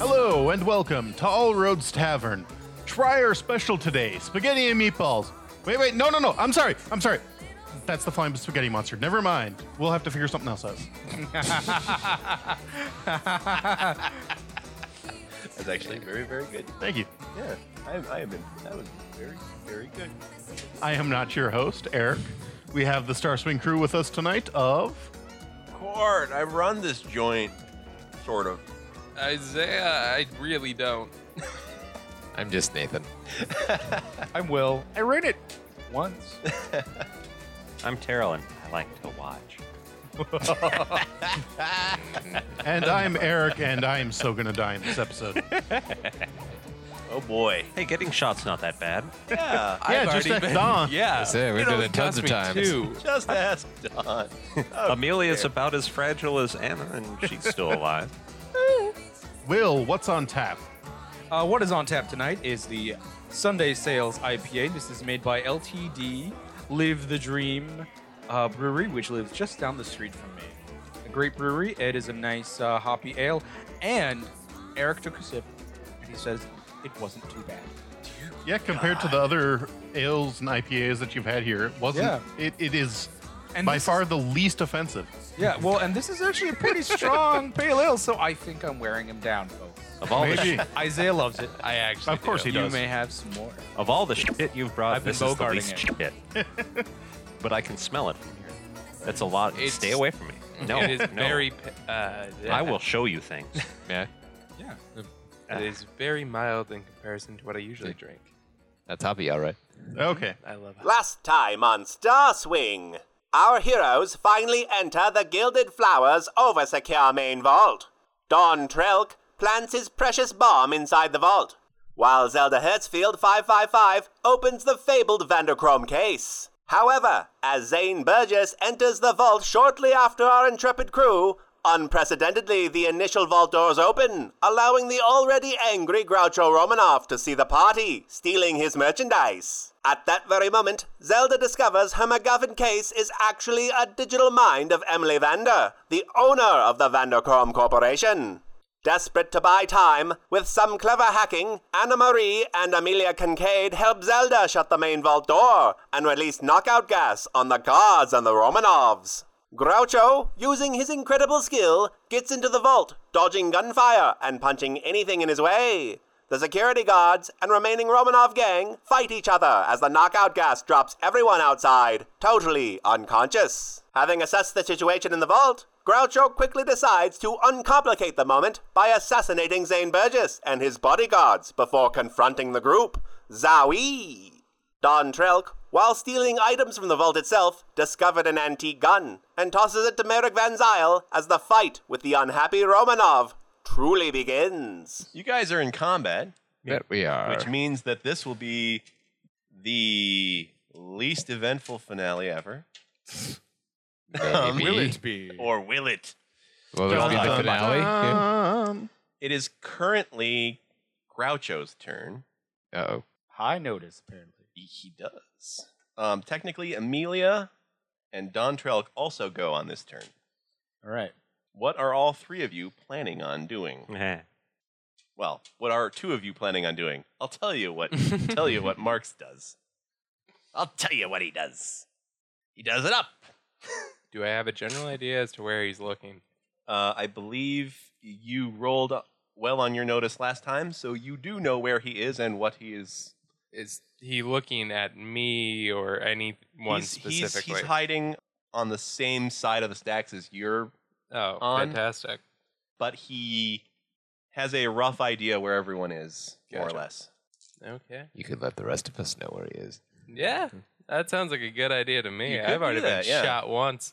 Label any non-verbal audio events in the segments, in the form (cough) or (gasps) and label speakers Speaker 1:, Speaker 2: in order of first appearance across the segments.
Speaker 1: Hello and welcome to All Roads Tavern. Try our special today: spaghetti and meatballs. Wait, wait, no, no, no. I'm sorry. I'm sorry. That's the flying spaghetti monster. Never mind. We'll have to figure something else out.
Speaker 2: That's actually very, very good.
Speaker 1: Thank you.
Speaker 2: Yeah, I, I have been. That was very, very good.
Speaker 1: I am not your host, Eric. We have the Star Swing crew with us tonight. Of
Speaker 2: Court, I run this joint, sort of.
Speaker 3: Isaiah, I really don't.
Speaker 4: I'm just Nathan.
Speaker 5: I'm Will. I ran it once.
Speaker 6: I'm Terrell, and I like to watch.
Speaker 5: (laughs)
Speaker 1: and I'm Eric, and I am so gonna die in this episode.
Speaker 2: Oh boy.
Speaker 6: Hey, getting shots not that bad.
Speaker 2: Yeah,
Speaker 1: Yeah, just
Speaker 3: already
Speaker 1: ask Don.
Speaker 3: Yeah,
Speaker 4: That's it, we've
Speaker 3: It
Speaker 4: done
Speaker 3: only
Speaker 4: it tons
Speaker 3: cost
Speaker 4: of
Speaker 3: me
Speaker 4: times.
Speaker 3: two.
Speaker 2: just ask (laughs) Don. Oh,
Speaker 6: Amelia's about as fragile as Anna, and she's still alive.
Speaker 1: Will, what's on tap?
Speaker 5: Uh, what is on tap tonight is the Sunday Sales IPA. This is made by LTD Live the Dream uh, Brewery, which lives just down the street from me. A great brewery. It is a nice uh, hoppy ale. And Eric took a sip, and he says it wasn't too bad.
Speaker 1: Yeah, compared to the other ales and IPAs that you've had here, it wasn't.
Speaker 5: Yeah.
Speaker 1: It, it is
Speaker 5: And
Speaker 1: by
Speaker 5: this
Speaker 1: far
Speaker 5: is-
Speaker 1: the least offensive.
Speaker 5: Yeah, well, and this is actually a pretty strong pale ale, so I think I'm wearing him down, folks.
Speaker 6: Of all the
Speaker 1: Maybe.
Speaker 6: sh-
Speaker 5: Isaiah loves it.
Speaker 3: I actually.
Speaker 1: Of course
Speaker 3: do.
Speaker 1: he
Speaker 5: you
Speaker 1: does.
Speaker 5: may have some more.
Speaker 6: (laughs) of all the shit you've brought,
Speaker 5: I've been
Speaker 6: this is the
Speaker 5: bogarting
Speaker 6: least
Speaker 5: it.
Speaker 6: shit. but I can smell it from here. That's a lot.
Speaker 3: It's-
Speaker 6: Stay away from me. No,
Speaker 3: it is
Speaker 6: no.
Speaker 3: very. Uh,
Speaker 6: I will show you things.
Speaker 4: Yeah,
Speaker 5: Yeah.
Speaker 3: It is very mild in comparison to what I usually drink.
Speaker 4: that's hoppy,
Speaker 2: (laughs)
Speaker 4: all right.
Speaker 1: Okay.
Speaker 3: I love it.
Speaker 7: Last time on Star Swing, our heroes finally enter the Gilded Flowers oversecure main vault. Don Trelk plants his precious bomb inside the vault, while Zelda Hertzfield 555 opens the fabled Vanderchrome case. However, as Zane Burgess enters the vault shortly after our intrepid crew, unprecedentedly the initial vault doors open, allowing the already angry Groucho Romanoff to see the party, stealing his merchandise. At that very moment, Zelda discovers her MacGuffin case is actually a digital mind of Emily Vander, the owner of the Vanderchrome Corporation. Desperate to buy time, with some clever hacking, Anna Marie and Amelia Kincaid help Zelda shut the main vault door and release knockout gas on the guards and the Romanovs. Groucho, using his incredible skill, gets into the vault, dodging gunfire and punching anything in his way. The security guards and remaining Romanov gang fight each other as the knockout gas drops everyone outside, totally unconscious. Having assessed the situation in the vault, Groucho quickly decides to uncomplicate the moment by assassinating Zane Burgess and his bodyguards before confronting the group. Zowie! Don Trelk, while stealing items from the vault itself, discovered an antique gun and tosses it to Merrick Van Zyl as the fight with the unhappy Romanov truly begins.
Speaker 2: You guys are in combat,
Speaker 4: That we are.
Speaker 2: which means that this will be the least eventful finale ever. Um,
Speaker 4: Maybe.
Speaker 5: be?
Speaker 2: Or will it?
Speaker 4: Will this be the
Speaker 1: Dun,
Speaker 4: finale? Yeah.
Speaker 2: (laughs)
Speaker 1: dun,
Speaker 2: It is currently Groucho's turn.
Speaker 4: Uh-oh.
Speaker 5: High notice, apparently.
Speaker 2: He- He does. Um, technically, Amelia and Don Trelk also go on this turn.
Speaker 5: All right.
Speaker 2: What are all three of you planning on doing?
Speaker 3: Eh.
Speaker 6: Heh.
Speaker 2: Well, what are two of you planning on doing? I'll tell you
Speaker 3: (laughs)
Speaker 2: what. tell you what Marx does. I'll tell you what he does. He does it up.
Speaker 3: (laughs) Do I have a general idea as to where he's looking?
Speaker 2: Uh, I believe you rolled well on your notice last time, so you do know where he is and what he is.
Speaker 3: Is he looking at me or anyone
Speaker 2: he's, he's-
Speaker 3: specifically?
Speaker 2: he's hiding on the same side of the stacks as you're,
Speaker 3: oh,
Speaker 2: on-
Speaker 3: fantastic!
Speaker 2: but he has a rough idea where everyone is, more
Speaker 3: Gotcha.
Speaker 2: or less.
Speaker 3: Okay.
Speaker 4: You could let the rest of us know where he is.
Speaker 3: Yeah, that sounds like a good idea to me.
Speaker 2: You could
Speaker 3: I've already
Speaker 2: do that,
Speaker 3: been
Speaker 2: yeah.
Speaker 3: shot once.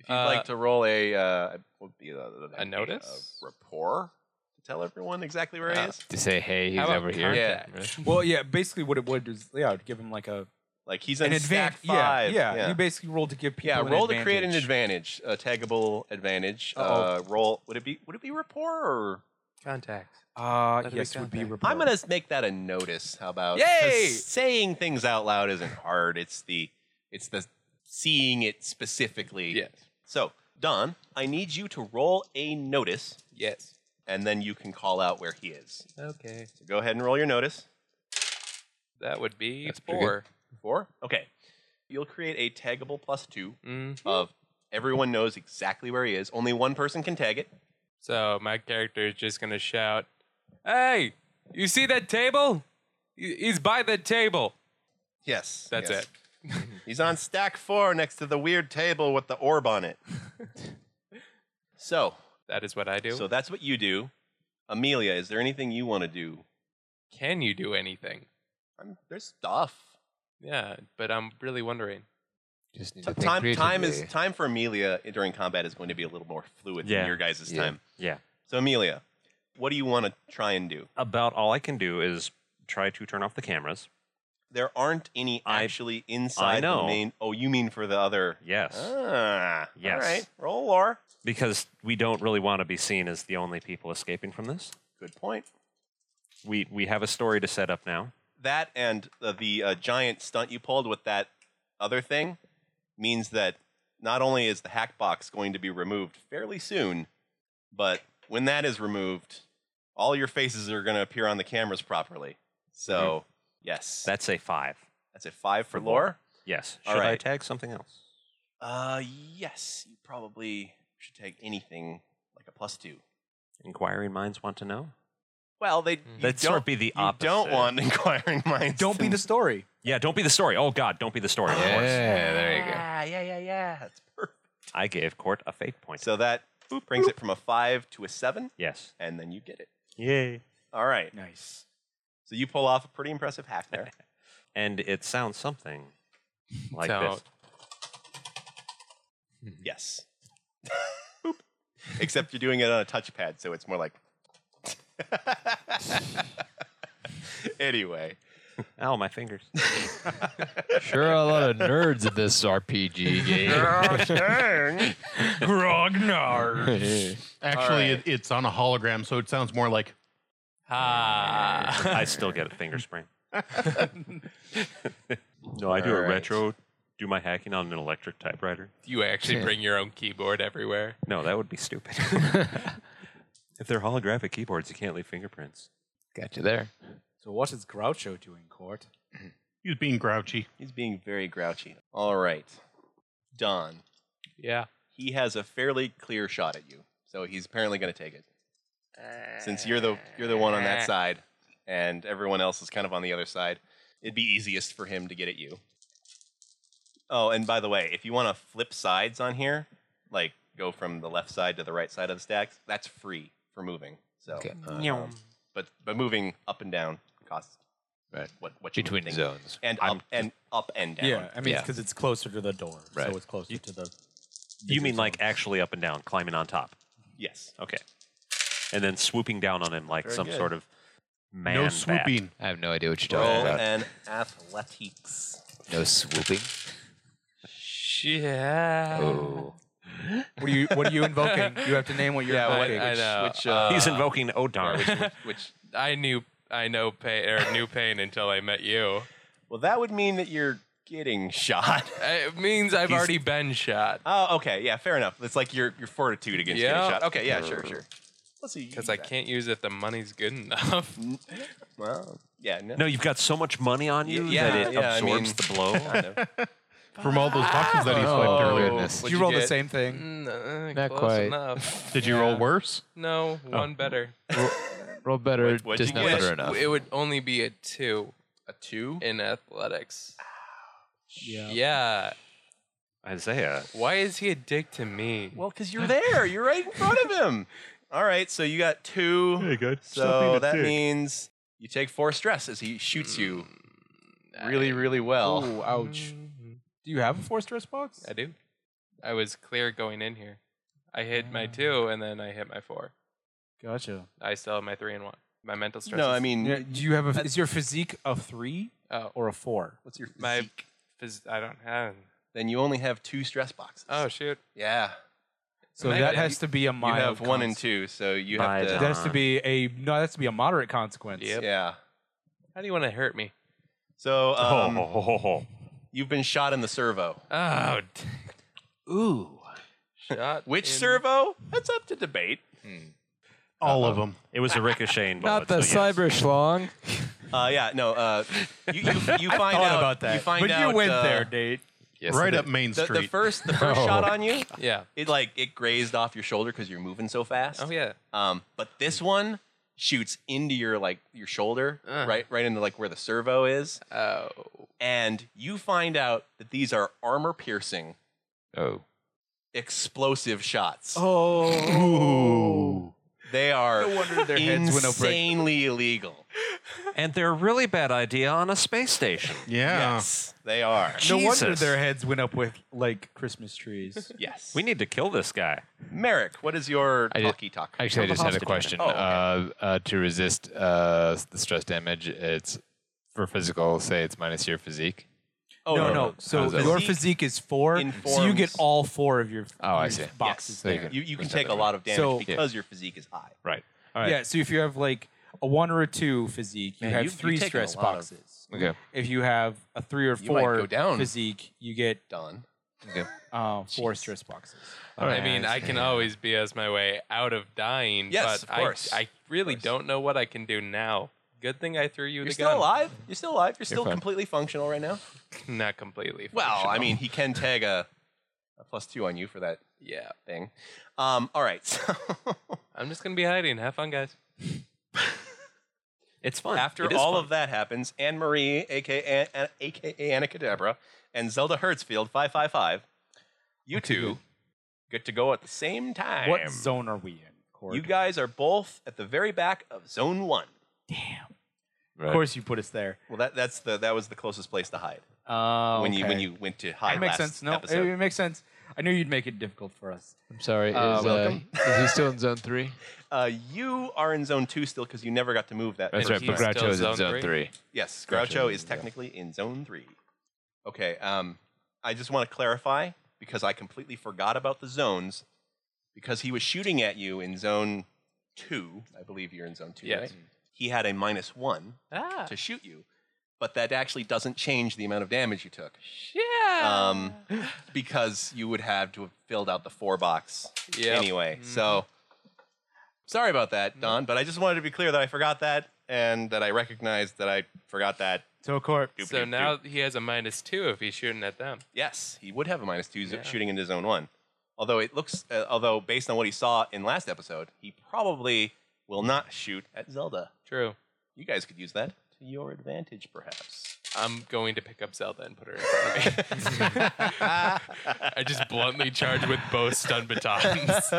Speaker 2: If you'd
Speaker 3: Uh,
Speaker 2: like to roll a, uh, what would be the- the-
Speaker 3: A notice?
Speaker 2: a rapport to tell everyone exactly where he
Speaker 4: Uh,
Speaker 2: is.
Speaker 4: to say, hey, he's
Speaker 3: How about
Speaker 4: over here.
Speaker 3: contact?
Speaker 4: right?
Speaker 5: Well, yeah. Basically, what it would is yeah, it'd give him like a
Speaker 2: Like he's
Speaker 5: an
Speaker 2: in
Speaker 5: advantage.
Speaker 2: stack five.
Speaker 5: Yeah, yeah,
Speaker 2: yeah.
Speaker 5: You basically roll to give people.
Speaker 2: Yeah,
Speaker 5: an
Speaker 2: roll
Speaker 5: advantage.
Speaker 2: to create an advantage, a taggable advantage.
Speaker 5: Uh-oh.
Speaker 2: Uh, roll. Would it be? Would it be rapport? Or
Speaker 3: Contact.
Speaker 5: Uh,
Speaker 3: That'd be
Speaker 5: yes, would be.
Speaker 3: contact.
Speaker 5: Rapport.
Speaker 2: I'm gonna make that a notice. How about?
Speaker 3: Yay!
Speaker 2: 'Cause Saying things out loud isn't hard. It's the, it's the seeing it specifically.
Speaker 3: Yes.
Speaker 2: So Don, I need you to roll a notice
Speaker 3: Yes.
Speaker 2: and then you can call out where he is.
Speaker 3: Okay.
Speaker 2: So go ahead and roll your notice.
Speaker 3: That would be
Speaker 4: That's pretty good.
Speaker 3: four.
Speaker 2: Four. Okay. You'll create a taggable plus two
Speaker 3: Mm.
Speaker 2: of everyone knows exactly where he is. Only one person can tag it.
Speaker 3: So my character is just gonna shout, "Hey, you see that table? He- He's by the table."
Speaker 2: Yes.
Speaker 3: That's
Speaker 2: yes.
Speaker 3: it.
Speaker 2: He's on stack four next to the weird table with the orb on it. so,
Speaker 3: That is what I do.
Speaker 2: so that's what you do. Amelia, is there anything you want to do?
Speaker 3: Can you do anything?
Speaker 2: I'm, there's stuff.
Speaker 3: Yeah, but I'm really wondering.
Speaker 4: Just need
Speaker 2: T-
Speaker 4: to think
Speaker 2: time time is
Speaker 4: creatively.
Speaker 2: time for Amelia during combat is going to be a little more fluid
Speaker 6: Yeah.
Speaker 2: than your guys'
Speaker 4: Yeah.
Speaker 2: time.
Speaker 6: Yeah.
Speaker 2: So Amelia, what do you want to try and do?
Speaker 6: About all I can do is try to turn off the cameras.
Speaker 2: There aren't any
Speaker 6: I-
Speaker 2: actually inside the
Speaker 6: know.
Speaker 2: main. Oh, you mean for the other?
Speaker 6: Yes.
Speaker 2: Ah,
Speaker 6: Yes.
Speaker 2: All right. Roll lore.
Speaker 6: Because we don't really want to be seen as the only people escaping from this.
Speaker 2: Good point.
Speaker 6: We we have a story to set up now.
Speaker 2: That and uh, the uh, giant stunt you pulled with that other thing means that not only is the hack box going to be removed fairly soon, but when that is removed, all your faces are going to appear on the cameras properly.
Speaker 6: Hmm.
Speaker 2: So, yes.
Speaker 6: That's a five.
Speaker 2: That's a five for
Speaker 6: For
Speaker 2: lore.
Speaker 6: lore. Yes. Should
Speaker 2: All
Speaker 6: I
Speaker 2: right.
Speaker 6: tag something else?
Speaker 2: Uh, yes. You probably should take anything like a plus two.
Speaker 6: Inquiring minds want to know.
Speaker 2: Well, they you
Speaker 6: That'd sort of
Speaker 2: don't
Speaker 6: be the
Speaker 2: you
Speaker 6: opposite.
Speaker 2: don't want (laughs) inquiring minds.
Speaker 5: Don't be
Speaker 2: to-
Speaker 5: the story.
Speaker 6: Yeah, don't be the story. Oh God, don't be the story. Of course.
Speaker 4: Yeah, there you go.
Speaker 2: Ah, Yeah, yeah, yeah, yeah. That's perfect.
Speaker 6: I gave Court a fate point.
Speaker 2: So that brings it from a five to a seven,
Speaker 6: yes.
Speaker 2: and then you get it.
Speaker 6: Yay.
Speaker 2: All right.
Speaker 5: Nice.
Speaker 2: So you pull off a pretty impressive hack there.
Speaker 6: (laughs) And it sounds something like
Speaker 3: So-
Speaker 6: this.
Speaker 2: yes. (laughs) Boop. Except you're doing it on a touchpad, so it's more like. (laughs) anyway.
Speaker 6: Ow, my fingers.
Speaker 4: Sure, are a lot of nerds in this RPG
Speaker 5: Grognar.
Speaker 4: game.
Speaker 1: Actually, it,
Speaker 2: right.
Speaker 1: it's on a hologram, so it sounds more like
Speaker 3: Ah.
Speaker 6: (laughs) I still get a finger (laughs) sprain. no, I
Speaker 2: All right.
Speaker 6: do my hacking on an electric typewriter.
Speaker 3: you actually bring your own keyboard everywhere.
Speaker 6: No, that would be (laughs) stupid. if they're holographic keyboards, you can't leave fingerprints.
Speaker 4: Got you there.
Speaker 5: so what is Groucho doing, Court?
Speaker 1: he's being grouchy.
Speaker 2: He's being very grouchy. All right. Don.
Speaker 3: Yeah.
Speaker 2: He has a fairly clear shot at you. So he's apparently going to take it. Since you're the you're the one on that side and everyone else is kind of on the other side, it'd be easiest for him to get at you. Oh, and by the way, if you want to flip sides on here, like go from the left side to the right side of the stacks, that's free for moving. So
Speaker 4: Okay.
Speaker 2: um, but but moving up and down costs
Speaker 4: Right.
Speaker 2: what what you
Speaker 4: Between
Speaker 2: think.
Speaker 4: zones.
Speaker 2: and
Speaker 6: I'm
Speaker 2: up and up and down.
Speaker 5: Yeah, I mean,
Speaker 4: Yeah.
Speaker 5: because it's closer to the door,
Speaker 4: Right.
Speaker 5: so it's closer to the.
Speaker 6: You mean like
Speaker 5: actually?
Speaker 6: actually up and down, climbing on top?
Speaker 2: Yes.
Speaker 6: Okay. And then swooping down on him like
Speaker 2: Very
Speaker 6: some
Speaker 2: good.
Speaker 6: sort of man.
Speaker 1: no
Speaker 6: bat.
Speaker 1: swooping.
Speaker 4: I have no idea what you're talking
Speaker 2: Roll
Speaker 4: about.
Speaker 2: and athletics.
Speaker 4: No swooping.
Speaker 3: Yeah.
Speaker 4: Oh.
Speaker 5: What are you What are you invoking? You have to name what you're
Speaker 2: Yeah, what-
Speaker 5: invoking.
Speaker 3: I know.
Speaker 2: Which uh,
Speaker 6: He's invoking Oh
Speaker 2: or
Speaker 6: darn.
Speaker 2: which, which, which
Speaker 3: I knew I know pain or knew pain until I met you.
Speaker 2: well, that would mean that you're getting shot. (laughs)
Speaker 3: It means I've
Speaker 2: He's-
Speaker 3: already been shot
Speaker 2: Oh, okay, yeah, fair enough. It's like your your fortitude against
Speaker 3: Yeah.
Speaker 2: getting shot. Okay, yeah, sure, sure. Let's see.
Speaker 3: because I can't use it if the money's good
Speaker 2: (laughs)
Speaker 3: enough.
Speaker 2: Well, yeah, no.
Speaker 6: no, you've got so much money on you
Speaker 2: Y- yeah,
Speaker 6: that it
Speaker 2: yeah, I
Speaker 6: absorbs
Speaker 2: mean- (laughs)
Speaker 6: the blow.
Speaker 2: Kind of.
Speaker 1: From all those boxes that he
Speaker 4: Oh,
Speaker 1: flipped earlier.
Speaker 4: goodness.
Speaker 5: Did
Speaker 2: What'd
Speaker 5: you
Speaker 2: you
Speaker 5: roll the
Speaker 2: get?
Speaker 5: same thing?
Speaker 3: Mm, uh,
Speaker 4: Not
Speaker 3: close
Speaker 4: quite.
Speaker 3: enough.
Speaker 1: Did you roll worse?
Speaker 3: No,
Speaker 2: Oh.
Speaker 3: one better.
Speaker 4: Roll better,
Speaker 2: What- what'd
Speaker 4: just
Speaker 2: you
Speaker 4: not
Speaker 2: get?
Speaker 4: better enough.
Speaker 3: It would only be a two
Speaker 2: a two.
Speaker 3: in athletics.
Speaker 5: Yeah.
Speaker 3: Yeah.
Speaker 6: Isaiah.
Speaker 3: Why is he a dick to me?
Speaker 2: Well, because you're there, you're right in front of him. All right, so you got two.
Speaker 6: good.
Speaker 2: So that means you take four stress as he shoots you really, really well.
Speaker 5: Oh, ouch. Do you have a four stress box?
Speaker 3: I do. I was clear going in here. I hit my
Speaker 2: Uh.
Speaker 3: two and then I hit my four.
Speaker 5: Gotcha.
Speaker 3: I still have my three and one. My mental stress.
Speaker 2: No,
Speaker 3: is-
Speaker 2: I mean,
Speaker 5: Yeah, do you have a? Is your physique a three
Speaker 3: oh,
Speaker 5: or a four?
Speaker 2: what's your
Speaker 3: my-
Speaker 2: physique?
Speaker 3: phys- I don't have.
Speaker 2: Then you only have two stress boxes.
Speaker 3: Oh shoot.
Speaker 2: yeah.
Speaker 5: So
Speaker 3: Meg,
Speaker 5: that
Speaker 3: you-
Speaker 5: has to be
Speaker 2: You
Speaker 5: a mild.
Speaker 2: have one and
Speaker 5: consequence.
Speaker 2: two, so you
Speaker 6: By
Speaker 2: have
Speaker 6: the-
Speaker 2: to.
Speaker 5: That has to be a no. That has to be a moderate consequence. (laughs)
Speaker 3: Yep.
Speaker 2: Yeah.
Speaker 3: How do you want to hurt me?
Speaker 2: So um,
Speaker 5: Oh.
Speaker 6: ho, ho, ho, ho.
Speaker 2: you've been shot in the servo.
Speaker 5: Uh,
Speaker 3: Oh. d-
Speaker 5: Ooh.
Speaker 3: Shot
Speaker 2: Which
Speaker 3: in-
Speaker 2: servo? That's up to debate.
Speaker 1: All of them.
Speaker 6: It was a ricocheting bullet.
Speaker 4: Not the
Speaker 6: but yes.
Speaker 4: cyber schlong.
Speaker 2: Uh, yeah, no. Uh, you,
Speaker 5: (laughs)
Speaker 2: you, you find out You find
Speaker 5: but
Speaker 2: out,
Speaker 5: you went
Speaker 2: uh,
Speaker 5: there, Oh. Nate.
Speaker 1: right up Main
Speaker 2: The,
Speaker 1: Street.
Speaker 2: the first, the
Speaker 5: (laughs)
Speaker 2: first
Speaker 4: No.
Speaker 2: shot on you,
Speaker 3: Yeah.
Speaker 2: it like it grazed off your shoulder because you're moving so fast.
Speaker 3: Oh yeah.
Speaker 2: Um, but this one shoots into your like your shoulder,
Speaker 3: Uh.
Speaker 2: right, right into like where the servo is,
Speaker 3: Oh.
Speaker 2: and you find out that these are armor-piercing,
Speaker 4: Oh.
Speaker 2: explosive shots.
Speaker 5: Oh.
Speaker 2: Oh.
Speaker 1: Ooh.
Speaker 2: They are
Speaker 5: their heads went up right-
Speaker 2: insanely illegal.
Speaker 6: And they're a really bad idea on a
Speaker 2: (laughs)
Speaker 6: space station.
Speaker 1: Yeah.
Speaker 2: Yes, they are.
Speaker 5: No wonder
Speaker 6: Jesus.
Speaker 5: their heads went up with like Christmas trees.
Speaker 2: (laughs) Yes.
Speaker 6: We need to kill this guy.
Speaker 2: Merrick. What is your
Speaker 4: I did-
Speaker 2: talkie talk?
Speaker 4: Actually, I just had a question.
Speaker 2: Oh, okay.
Speaker 4: uh, uh, to resist uh, the stress damage, it's for physical. Say it's minus your physique.
Speaker 2: Oh
Speaker 5: no,
Speaker 4: no,
Speaker 5: no.
Speaker 4: no.
Speaker 5: So
Speaker 4: How's that
Speaker 5: your
Speaker 2: work?
Speaker 5: physique is four, so you get
Speaker 2: informs-
Speaker 5: all four of your,
Speaker 4: Oh, I
Speaker 5: your
Speaker 4: see.
Speaker 5: boxes
Speaker 4: Yes. There you
Speaker 5: there.
Speaker 4: go.
Speaker 2: You, you can
Speaker 4: Where's
Speaker 2: take
Speaker 4: that
Speaker 2: a lot of damage
Speaker 5: So-
Speaker 2: because your physique is high.
Speaker 4: Right. All right.
Speaker 5: Yeah, so if you have like a one or a two physique, you
Speaker 2: Man,
Speaker 5: have
Speaker 2: you've- you've
Speaker 5: three
Speaker 2: taken a
Speaker 5: stress
Speaker 2: lot of-
Speaker 5: boxes.
Speaker 2: Uh,
Speaker 4: Okay.
Speaker 5: If you have a three or
Speaker 2: You might
Speaker 5: four
Speaker 2: go down.
Speaker 5: physique, you get
Speaker 2: Done.
Speaker 5: uh, four stress boxes.
Speaker 3: I mean, I can always BS my way out of dying.
Speaker 2: Yes,
Speaker 3: but
Speaker 2: of course.
Speaker 3: I, I really
Speaker 2: course.
Speaker 3: don't know what I can do now. Good thing I threw you
Speaker 2: You're
Speaker 3: the
Speaker 2: still
Speaker 3: gun.
Speaker 2: alive. You're still alive. You're still
Speaker 4: fine.
Speaker 2: completely functional right now.
Speaker 3: Not completely.
Speaker 2: Well, I
Speaker 3: functional.
Speaker 2: mean, he can tag a, a plus two on you for that
Speaker 3: yeah.
Speaker 2: thing. Um, all right. (laughs) So
Speaker 3: I'm just gonna be hiding. Have fun, guys.
Speaker 6: It's fun.
Speaker 2: after all of that happens, Anne Marie, aka An- aka Anna Kadabra, and Zelda Hertzfield, five five five, you two get to go at the same time.
Speaker 5: What zone are we in? Cord?
Speaker 2: You guys are both at the very back of Zone One.
Speaker 5: Of course, you put us there.
Speaker 2: Well, that that's the that was the closest place to hide
Speaker 5: Uh,
Speaker 2: when you when you went to hide.
Speaker 5: It makes
Speaker 2: last
Speaker 5: sense. No,
Speaker 2: episode.
Speaker 5: it makes sense. I knew you'd make it difficult for us.
Speaker 4: I'm sorry. Is,
Speaker 5: Uh,
Speaker 4: uh, is he still in zone three?
Speaker 2: (laughs) Uh, you are in zone two still because you never got to move that.
Speaker 4: That's
Speaker 2: many
Speaker 3: he's
Speaker 4: right. But
Speaker 2: times.
Speaker 3: Groucho
Speaker 4: Groucho
Speaker 3: still is
Speaker 4: is
Speaker 3: in
Speaker 4: in
Speaker 3: zone zone three?
Speaker 4: zone three.
Speaker 2: Yes, Groucho is technically in zone three. Okay. Um, I just want to clarify because I completely forgot about the zones because he was shooting at you in zone two. I believe you're in zone two.
Speaker 3: Yes.
Speaker 2: Right? He had a minus one
Speaker 3: Ah.
Speaker 2: to shoot you, but that actually doesn't change the amount of damage you took.
Speaker 3: Yeah.
Speaker 2: Um, because you would have to have filled out the four box
Speaker 3: Yep.
Speaker 2: anyway.
Speaker 6: Mm-hmm.
Speaker 2: So sorry about that, Don, but I just wanted to be clear that I forgot that and that I recognized that I forgot that.
Speaker 5: So, Corp,
Speaker 3: so now he has a minus two if he's shooting at them.
Speaker 2: Yes, he would have a minus two zo- shooting into zone one. Although it looks, uh, although based on what he saw in last episode, he probably will not shoot at Zelda.
Speaker 3: True.
Speaker 2: You guys could use that to your advantage, perhaps.
Speaker 3: I'm going to pick up Zelda and put her in front of me.
Speaker 2: (laughs)
Speaker 3: (laughs) I just bluntly charge with both stun batons.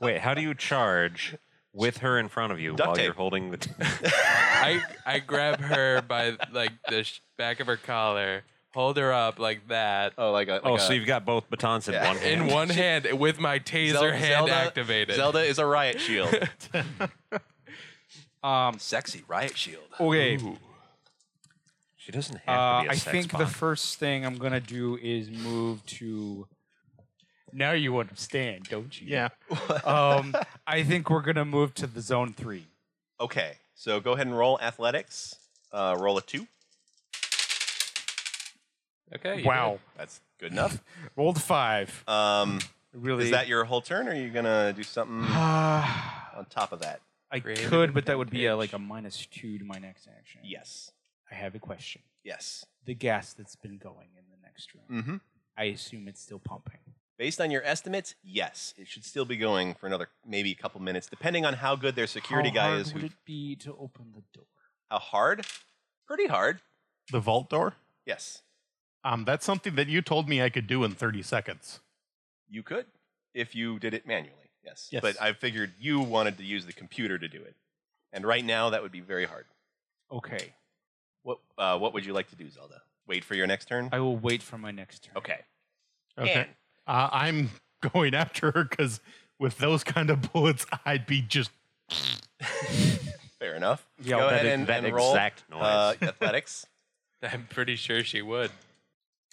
Speaker 6: Wait, how do you charge with her in front of you
Speaker 2: Duct
Speaker 6: while
Speaker 2: tape. Oh
Speaker 6: you're holding
Speaker 2: (laughs)
Speaker 6: the.
Speaker 3: I I grab her by like the sh- back of her collar, hold her up like that
Speaker 2: Oh, like a like
Speaker 6: oh,
Speaker 2: a,
Speaker 6: so you've got both batons in
Speaker 2: Yeah.
Speaker 6: one hand.
Speaker 3: in one hand with my taser
Speaker 2: Zel-
Speaker 3: hand
Speaker 2: Zelda-
Speaker 3: activated.
Speaker 2: Zelda is a riot
Speaker 3: (laughs)
Speaker 2: shield.
Speaker 5: um,
Speaker 2: Sexy riot shield.
Speaker 5: okay.
Speaker 6: She doesn't have
Speaker 5: Uh,
Speaker 6: to be a
Speaker 5: I
Speaker 6: sex
Speaker 5: think the
Speaker 6: bomb.
Speaker 5: first thing I'm gonna do is move to. Now you understand, don't you?
Speaker 2: (laughs)
Speaker 1: Yeah.
Speaker 5: Um, I think we're gonna move to the zone three.
Speaker 2: Okay, so go ahead and roll athletics. Uh, roll a two.
Speaker 3: Okay. you
Speaker 5: wow,
Speaker 2: That's good enough.
Speaker 5: rolled five.
Speaker 2: Um,
Speaker 5: Really?
Speaker 2: is that your whole turn, or are you gonna do
Speaker 5: (sighs)
Speaker 2: something
Speaker 5: Uh,
Speaker 2: on top of that?
Speaker 5: I
Speaker 3: Creative
Speaker 5: could, but that would be a, like a minus two to my next action.
Speaker 2: Yes.
Speaker 5: I have a question.
Speaker 2: Yes.
Speaker 5: The gas that's been going in the next room.
Speaker 2: Mm-hmm.
Speaker 5: I assume it's still pumping.
Speaker 2: Based on your estimates, yes, it should still be going for another maybe a couple minutes, depending on how good their security
Speaker 5: How
Speaker 2: guy
Speaker 5: hard
Speaker 2: is.
Speaker 5: Would
Speaker 2: Who,
Speaker 5: it be to open the door?
Speaker 2: how hard? Pretty hard.
Speaker 1: The vault door.
Speaker 2: Yes,
Speaker 1: Um, that's something that you told me I could do in 30 seconds.
Speaker 2: you could if you did it manually. Yes.
Speaker 1: Yes.
Speaker 2: But I figured you wanted to use the computer to do it, and right now that would be very hard.
Speaker 5: Okay,
Speaker 2: What uh, What would you like to do, Zelda? Wait for your next turn.
Speaker 5: I will wait for my next turn.
Speaker 2: Okay.
Speaker 1: Okay.
Speaker 2: And
Speaker 1: Uh, I'm (laughs) going after her because with those kind of bullets, I'd be just
Speaker 2: Fair enough.
Speaker 5: Yeah,
Speaker 2: Go
Speaker 5: that
Speaker 2: ahead
Speaker 5: e-
Speaker 2: and,
Speaker 6: that
Speaker 2: and roll
Speaker 6: exact noise.
Speaker 2: uh,
Speaker 5: (laughs)
Speaker 2: athletics.
Speaker 3: did. I'm pretty sure she would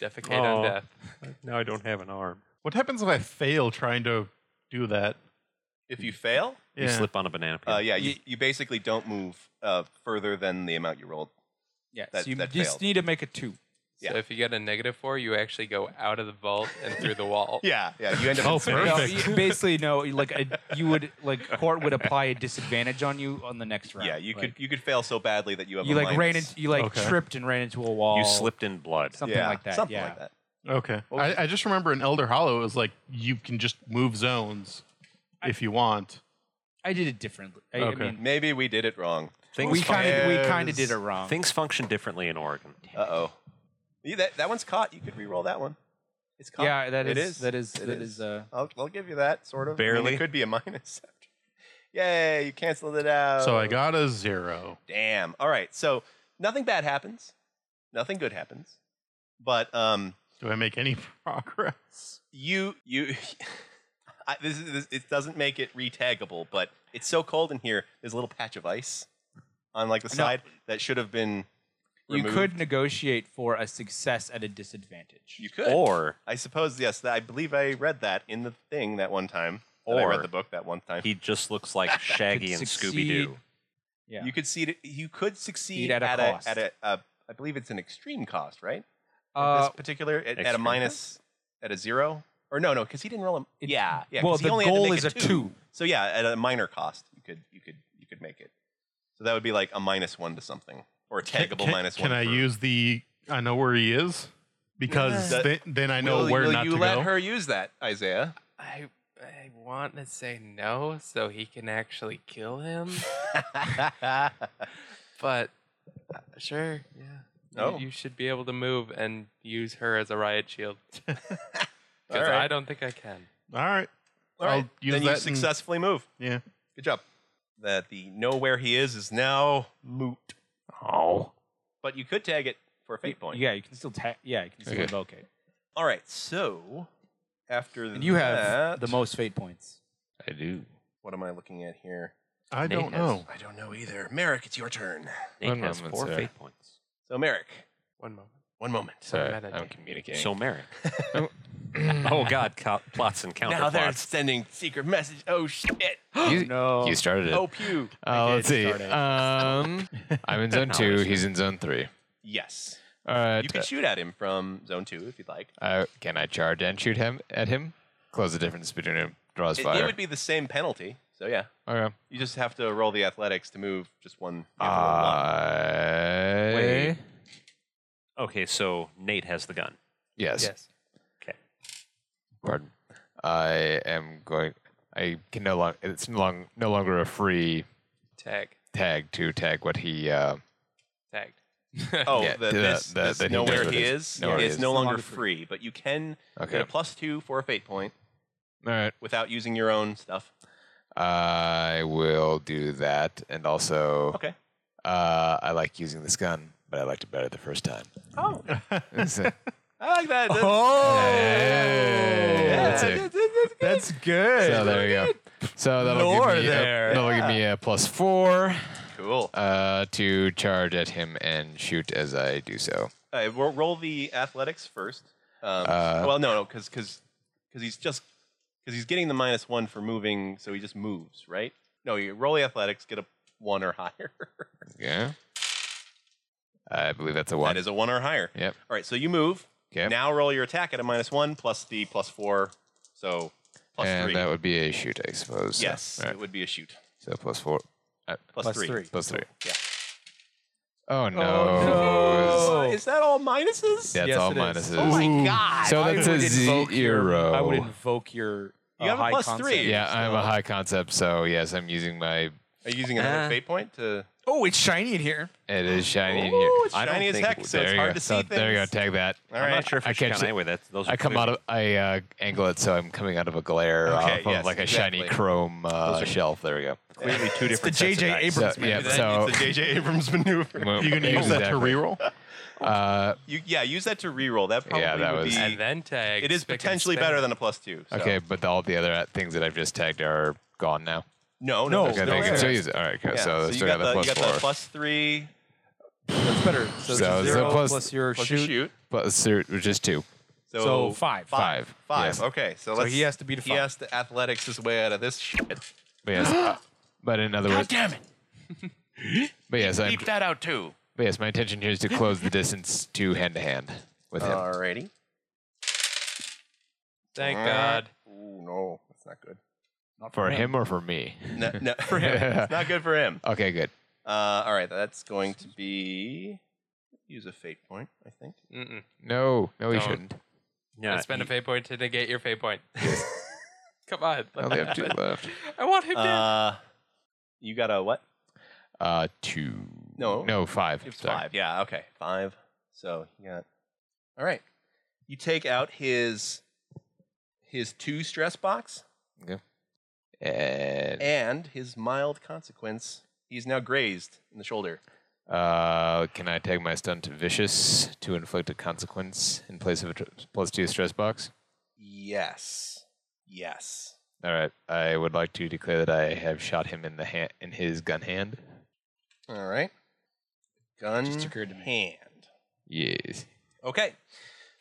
Speaker 3: defecate
Speaker 6: Oh.
Speaker 3: on death.
Speaker 6: Now I don't have an arm.
Speaker 1: What happens if I fail trying to do that?
Speaker 2: If you fail,
Speaker 6: You slip on a banana peel.
Speaker 2: uh, yeah, you, you basically don't move uh, further than the amount you rolled.
Speaker 5: Yeah,
Speaker 2: That-
Speaker 5: so you
Speaker 2: that
Speaker 5: just
Speaker 2: failed.
Speaker 5: need to make a two.
Speaker 2: Yeah.
Speaker 3: So if you get a negative four, you actually go out of the vault and through the wall.
Speaker 2: (laughs) Yeah, yeah. You end
Speaker 5: (laughs)
Speaker 2: up.
Speaker 1: Oh,
Speaker 2: insane.
Speaker 1: perfect.
Speaker 5: No, you basically, no. Like a, you would, like court would apply a disadvantage on you on the next round.
Speaker 2: Yeah, you could
Speaker 5: Like,
Speaker 2: you could fail so badly that you have.
Speaker 5: you
Speaker 2: a
Speaker 5: like ran
Speaker 2: minus-
Speaker 5: into, you like
Speaker 1: Okay.
Speaker 5: tripped and ran into a wall.
Speaker 6: You slipped in blood.
Speaker 5: something
Speaker 2: yeah,
Speaker 5: like that.
Speaker 2: Something
Speaker 5: yeah.
Speaker 2: like that.
Speaker 1: Okay. I, I just remember in Elder Hollow, it was like you can just move zones if you want.
Speaker 5: I did it differently. I, I
Speaker 1: Okay.
Speaker 5: mean,
Speaker 2: Maybe we did it wrong.
Speaker 6: Things
Speaker 5: we
Speaker 6: function-
Speaker 5: kind of we kind of did it wrong.
Speaker 6: Things function differently in Oregon.
Speaker 2: Uh oh. That that one's caught. You could re-roll that one. It's caught.
Speaker 5: yeah, that
Speaker 2: It
Speaker 5: is, that is
Speaker 2: It
Speaker 5: that is. Uh,
Speaker 2: I'll, I'll give you that sort of. I mean,
Speaker 6: Barely.
Speaker 2: it could be a minus. (laughs) Yay! You canceled it out.
Speaker 1: So I got a zero.
Speaker 2: Damn. All right. So nothing bad happens. Nothing good happens. But um,
Speaker 1: Do I make any (laughs) progress?
Speaker 2: you you. (laughs) I, this, is, this it doesn't make it retaggable, but it's so cold in here. There's a little patch of ice on like the
Speaker 5: I know.
Speaker 2: side that should have been.
Speaker 5: you
Speaker 2: removed.
Speaker 5: could negotiate for a success at a disadvantage.
Speaker 2: You could.
Speaker 6: Or
Speaker 2: I suppose yes. That, I believe I read that in the thing that one time. Or I
Speaker 6: Or-
Speaker 2: read the book that one time.
Speaker 6: he just looks like Shaggy
Speaker 5: Could
Speaker 6: and Scooby
Speaker 5: succeed.
Speaker 6: Doo.
Speaker 5: yeah.
Speaker 2: You could see. You could succeed
Speaker 5: Succeed at
Speaker 2: at
Speaker 5: a
Speaker 2: a,
Speaker 5: cost.
Speaker 2: at a, uh, I believe it's an extreme cost, right? At
Speaker 5: uh,
Speaker 2: this particular at, at a
Speaker 6: extreme
Speaker 2: minus at a zero or no, no, because he didn't roll him.
Speaker 5: It-
Speaker 2: yeah, yeah. 'cause
Speaker 5: well,
Speaker 2: he only
Speaker 5: the
Speaker 2: had to
Speaker 5: goal
Speaker 2: make
Speaker 5: is
Speaker 2: a
Speaker 5: a two.
Speaker 2: So yeah, at a minor cost, you could you could you could make it. So that would be like a minus one to something or a taggable
Speaker 1: can,
Speaker 2: minus
Speaker 1: can
Speaker 2: one.
Speaker 1: I
Speaker 2: for-
Speaker 1: use the I know where he is? Because
Speaker 2: Yeah.
Speaker 1: then, then I know
Speaker 2: will,
Speaker 1: where
Speaker 2: will
Speaker 1: not
Speaker 2: you
Speaker 1: to
Speaker 2: let
Speaker 1: go.
Speaker 2: her use that, Isaiah? (laughs)
Speaker 3: I I want to say no so he can actually kill him, but uh, sure, yeah. You-
Speaker 2: Oh.
Speaker 3: You should be able to move and use her as a
Speaker 2: (laughs)
Speaker 3: riot shield. (laughs) Because
Speaker 2: right.
Speaker 3: I don't think I can.
Speaker 1: All right.
Speaker 2: All
Speaker 1: I'll
Speaker 2: right,
Speaker 1: use
Speaker 2: then
Speaker 1: that
Speaker 2: you
Speaker 1: and-
Speaker 2: successfully move.
Speaker 1: Yeah.
Speaker 2: Good job. That the know where he is is now moot,
Speaker 6: Oh.
Speaker 2: but you could tag it for a fate point.
Speaker 5: yeah, you can still ta- yeah, you can still
Speaker 4: Okay.
Speaker 5: invoke it.
Speaker 2: All right, so after
Speaker 5: And you have
Speaker 2: that-
Speaker 5: the most fate points.
Speaker 4: I do.
Speaker 2: What am I looking at here?
Speaker 1: I
Speaker 4: Nate
Speaker 1: don't
Speaker 4: has-
Speaker 1: know.
Speaker 2: I don't know either. Merrick, it's your turn.
Speaker 6: Nate
Speaker 4: One
Speaker 6: has
Speaker 4: moment,
Speaker 6: four
Speaker 4: sir.
Speaker 6: fate points.
Speaker 2: So Merrick,
Speaker 3: One moment.
Speaker 2: one moment.
Speaker 4: Sorry,
Speaker 3: Meta
Speaker 4: I'm
Speaker 3: data.
Speaker 4: communicating.
Speaker 2: (gasps)
Speaker 6: So Merrick. (laughs) oh God, co- plots and
Speaker 2: now they're
Speaker 6: counterplots.
Speaker 2: sending secret message. Oh shit!
Speaker 4: you,
Speaker 5: no.
Speaker 4: you started it.
Speaker 2: Oh pew.
Speaker 4: Uh,
Speaker 2: I
Speaker 4: let's
Speaker 2: did
Speaker 4: see.
Speaker 2: start it. (laughs)
Speaker 4: Um, I'm in zone two. He's in zone three.
Speaker 2: yes,
Speaker 4: All right.
Speaker 2: you can shoot at him from zone two if you'd like.
Speaker 4: uh, can I charge and shoot him at him? Close the difference between him. Draws
Speaker 2: It,
Speaker 4: fire.
Speaker 2: it would be the same penalty. So yeah,
Speaker 4: okay.
Speaker 2: you just have to roll the athletics to move just one. you have to roll
Speaker 4: Ah,
Speaker 2: one.
Speaker 4: I...
Speaker 6: Wait. Okay, so Nate has the gun.
Speaker 4: Yes.
Speaker 3: Yes.
Speaker 4: Pardon. I am going. I can no longer. It's no, long, no longer a free
Speaker 3: Tag.
Speaker 4: tag to tag what he. Uh,
Speaker 3: Tagged.
Speaker 2: (laughs) Oh,
Speaker 4: Yeah,
Speaker 2: the,
Speaker 4: do that-
Speaker 2: this,
Speaker 4: that-
Speaker 2: this
Speaker 4: that he
Speaker 2: know
Speaker 4: knows
Speaker 2: where
Speaker 4: what
Speaker 2: he
Speaker 4: it
Speaker 2: is.
Speaker 4: is. Know where he
Speaker 2: is
Speaker 4: is.
Speaker 2: no
Speaker 4: No
Speaker 2: longer
Speaker 5: longer
Speaker 2: free, but you can
Speaker 4: okay.
Speaker 2: get a plus two for a fate point
Speaker 4: All right.
Speaker 2: without using your own stuff.
Speaker 4: I will do that, and also.
Speaker 2: Okay.
Speaker 4: Uh, I like using this gun, but I liked it better the first time.
Speaker 2: Oh,
Speaker 4: So-
Speaker 2: (laughs) I like that. That's, Oh!
Speaker 4: Hey, that's
Speaker 2: yeah,
Speaker 4: it.
Speaker 2: that's- that's-
Speaker 5: That's good.
Speaker 4: So there we go. So that'll
Speaker 5: Lore
Speaker 4: give me
Speaker 5: there.
Speaker 4: A, that'll give me a plus four
Speaker 2: cool.
Speaker 4: uh, to charge at him and shoot as I do so.
Speaker 2: All right, we'll roll the athletics first. Um,
Speaker 4: Uh,
Speaker 2: well, no, no, because because he's just because he's getting the minus one for moving, so he just moves, right? No, you roll the athletics, get a one or (laughs) higher.
Speaker 4: Yeah. I believe that's a one.
Speaker 2: that is a one or higher.
Speaker 4: Yep.
Speaker 2: All right, so you move.
Speaker 4: Yep.
Speaker 2: Now roll your attack at a minus one plus the plus four, so plus
Speaker 4: and
Speaker 2: three.
Speaker 4: that would be a shoot, I suppose. So,
Speaker 2: yes,
Speaker 4: all right.
Speaker 2: it would be a shoot.
Speaker 4: So plus four. uh,
Speaker 2: Plus,
Speaker 5: Plus
Speaker 2: three.
Speaker 5: three.
Speaker 4: plus three.
Speaker 2: Yeah.
Speaker 4: Oh no.
Speaker 5: no.
Speaker 2: Uh, is that all minuses?
Speaker 4: That's
Speaker 5: Yes,
Speaker 4: all
Speaker 5: it is.
Speaker 4: minuses.
Speaker 2: Oh my god!
Speaker 4: So that's a
Speaker 5: invoke
Speaker 4: zero.
Speaker 5: Your, I would invoke your.
Speaker 2: You have a
Speaker 5: high
Speaker 2: plus
Speaker 5: concept.
Speaker 2: three.
Speaker 4: yeah, I'm a high concept, so yes, I'm using my.
Speaker 2: Are you using another
Speaker 6: Uh,
Speaker 2: fate point to?
Speaker 5: Oh, it's shiny in here.
Speaker 4: It is shiny in here.
Speaker 2: Oh, it's
Speaker 6: I don't
Speaker 2: shiny as
Speaker 6: think-
Speaker 2: heck, so
Speaker 4: there
Speaker 2: it's
Speaker 4: you
Speaker 2: hard
Speaker 4: go.
Speaker 2: to
Speaker 4: so
Speaker 2: see
Speaker 4: there you go.
Speaker 2: things.
Speaker 4: Tag that.
Speaker 2: All
Speaker 6: I'm
Speaker 2: right.
Speaker 6: not sure if
Speaker 4: I
Speaker 6: I should
Speaker 4: can't
Speaker 6: count
Speaker 4: see-
Speaker 6: anyway. That's those. Are
Speaker 4: I come out of I uh, angle it so I'm coming out of a glare
Speaker 2: Okay,
Speaker 4: off of
Speaker 2: yes,
Speaker 4: like a shiny
Speaker 2: exactly.
Speaker 4: chrome uh, shelf. There we go.
Speaker 6: clearly two
Speaker 5: It's the
Speaker 6: different. sets of
Speaker 5: J.J.
Speaker 6: dice.
Speaker 5: Abrams.
Speaker 4: So,
Speaker 5: man.
Speaker 4: yeah,
Speaker 2: That-
Speaker 4: so
Speaker 2: it's a (laughs) JJ Abrams
Speaker 4: (laughs)
Speaker 2: maneuver.
Speaker 4: well,
Speaker 1: You're
Speaker 5: (laughs)
Speaker 1: going to use that to
Speaker 4: exactly.
Speaker 1: reroll?
Speaker 4: Uh,
Speaker 2: You, yeah, use that to reroll. That probably
Speaker 4: Yeah, that
Speaker 2: would
Speaker 4: was-
Speaker 2: be.
Speaker 3: (laughs) and then tag.
Speaker 2: it is
Speaker 3: spick and
Speaker 2: potentially
Speaker 3: span.
Speaker 2: better than a plus two. so-
Speaker 4: okay, but all the other things that I've just tagged are gone now.
Speaker 2: No, Oh, no,
Speaker 5: No,
Speaker 2: it's
Speaker 4: Okay,
Speaker 5: they're
Speaker 4: they can
Speaker 2: there.
Speaker 4: still use it. All right, okay,
Speaker 2: Yeah,
Speaker 4: so,
Speaker 2: you
Speaker 4: still
Speaker 2: got
Speaker 4: got,
Speaker 2: the,
Speaker 4: the
Speaker 2: you
Speaker 4: plus
Speaker 2: got the
Speaker 4: four.
Speaker 2: plus three
Speaker 5: That's better. So,
Speaker 4: So
Speaker 5: it's
Speaker 4: it's a
Speaker 5: zero plus,
Speaker 4: plus-
Speaker 5: your
Speaker 2: plus
Speaker 5: shoot.
Speaker 2: shoot. shoot.
Speaker 4: plus three, which is two.
Speaker 2: So,
Speaker 5: So five.
Speaker 2: Five.
Speaker 4: Five,
Speaker 2: Five,
Speaker 4: yes.
Speaker 2: Okay, so,
Speaker 5: So
Speaker 2: let's.
Speaker 5: he has to beat a
Speaker 2: He
Speaker 5: five.
Speaker 2: has to athletics his way out of this shit.
Speaker 4: But yes, uh, but in other words,
Speaker 2: damn it!
Speaker 4: (laughs) but yes, I'm,
Speaker 2: that out too.
Speaker 4: but yes, my intention here is to close the distance to hand to hand. with him.
Speaker 2: Alrighty.
Speaker 3: Thank God.
Speaker 2: Ooh, no, that's not good.
Speaker 4: for him or for me? (laughs)
Speaker 2: No, no, for him. It's not good for (laughs) him.
Speaker 4: Okay, good.
Speaker 2: Uh, all right, that's going to be use a fate point, I think.
Speaker 3: Mm-mm.
Speaker 4: No, no, he
Speaker 3: Don't.
Speaker 4: shouldn't.
Speaker 6: Yeah,
Speaker 3: Let's spend a
Speaker 6: you-
Speaker 3: fate point to negate your
Speaker 2: (laughs)
Speaker 3: fate point. (laughs) Come on.
Speaker 4: I
Speaker 3: let
Speaker 4: only
Speaker 3: that
Speaker 4: have two
Speaker 3: happen.
Speaker 4: left.
Speaker 3: (laughs) I want him dead.
Speaker 2: Uh, you got a what?
Speaker 4: Uh, two.
Speaker 2: No.
Speaker 4: no, five.
Speaker 2: It's
Speaker 4: Sorry.
Speaker 2: five. Yeah. Okay. Five. So you got. All right. You take out his his two stress box
Speaker 4: And
Speaker 2: and his mild consequence. He's now grazed in the shoulder.
Speaker 4: uh, can I tag my stun to vicious to inflict a consequence in place of a tr- plus two stress box?
Speaker 2: Yes. Yes.
Speaker 4: All right. I would like to declare that I have shot him in the ha- in his gun hand.
Speaker 2: All right. Gun
Speaker 4: Just occurred to me.
Speaker 2: hand.
Speaker 4: Yes.
Speaker 2: Okay.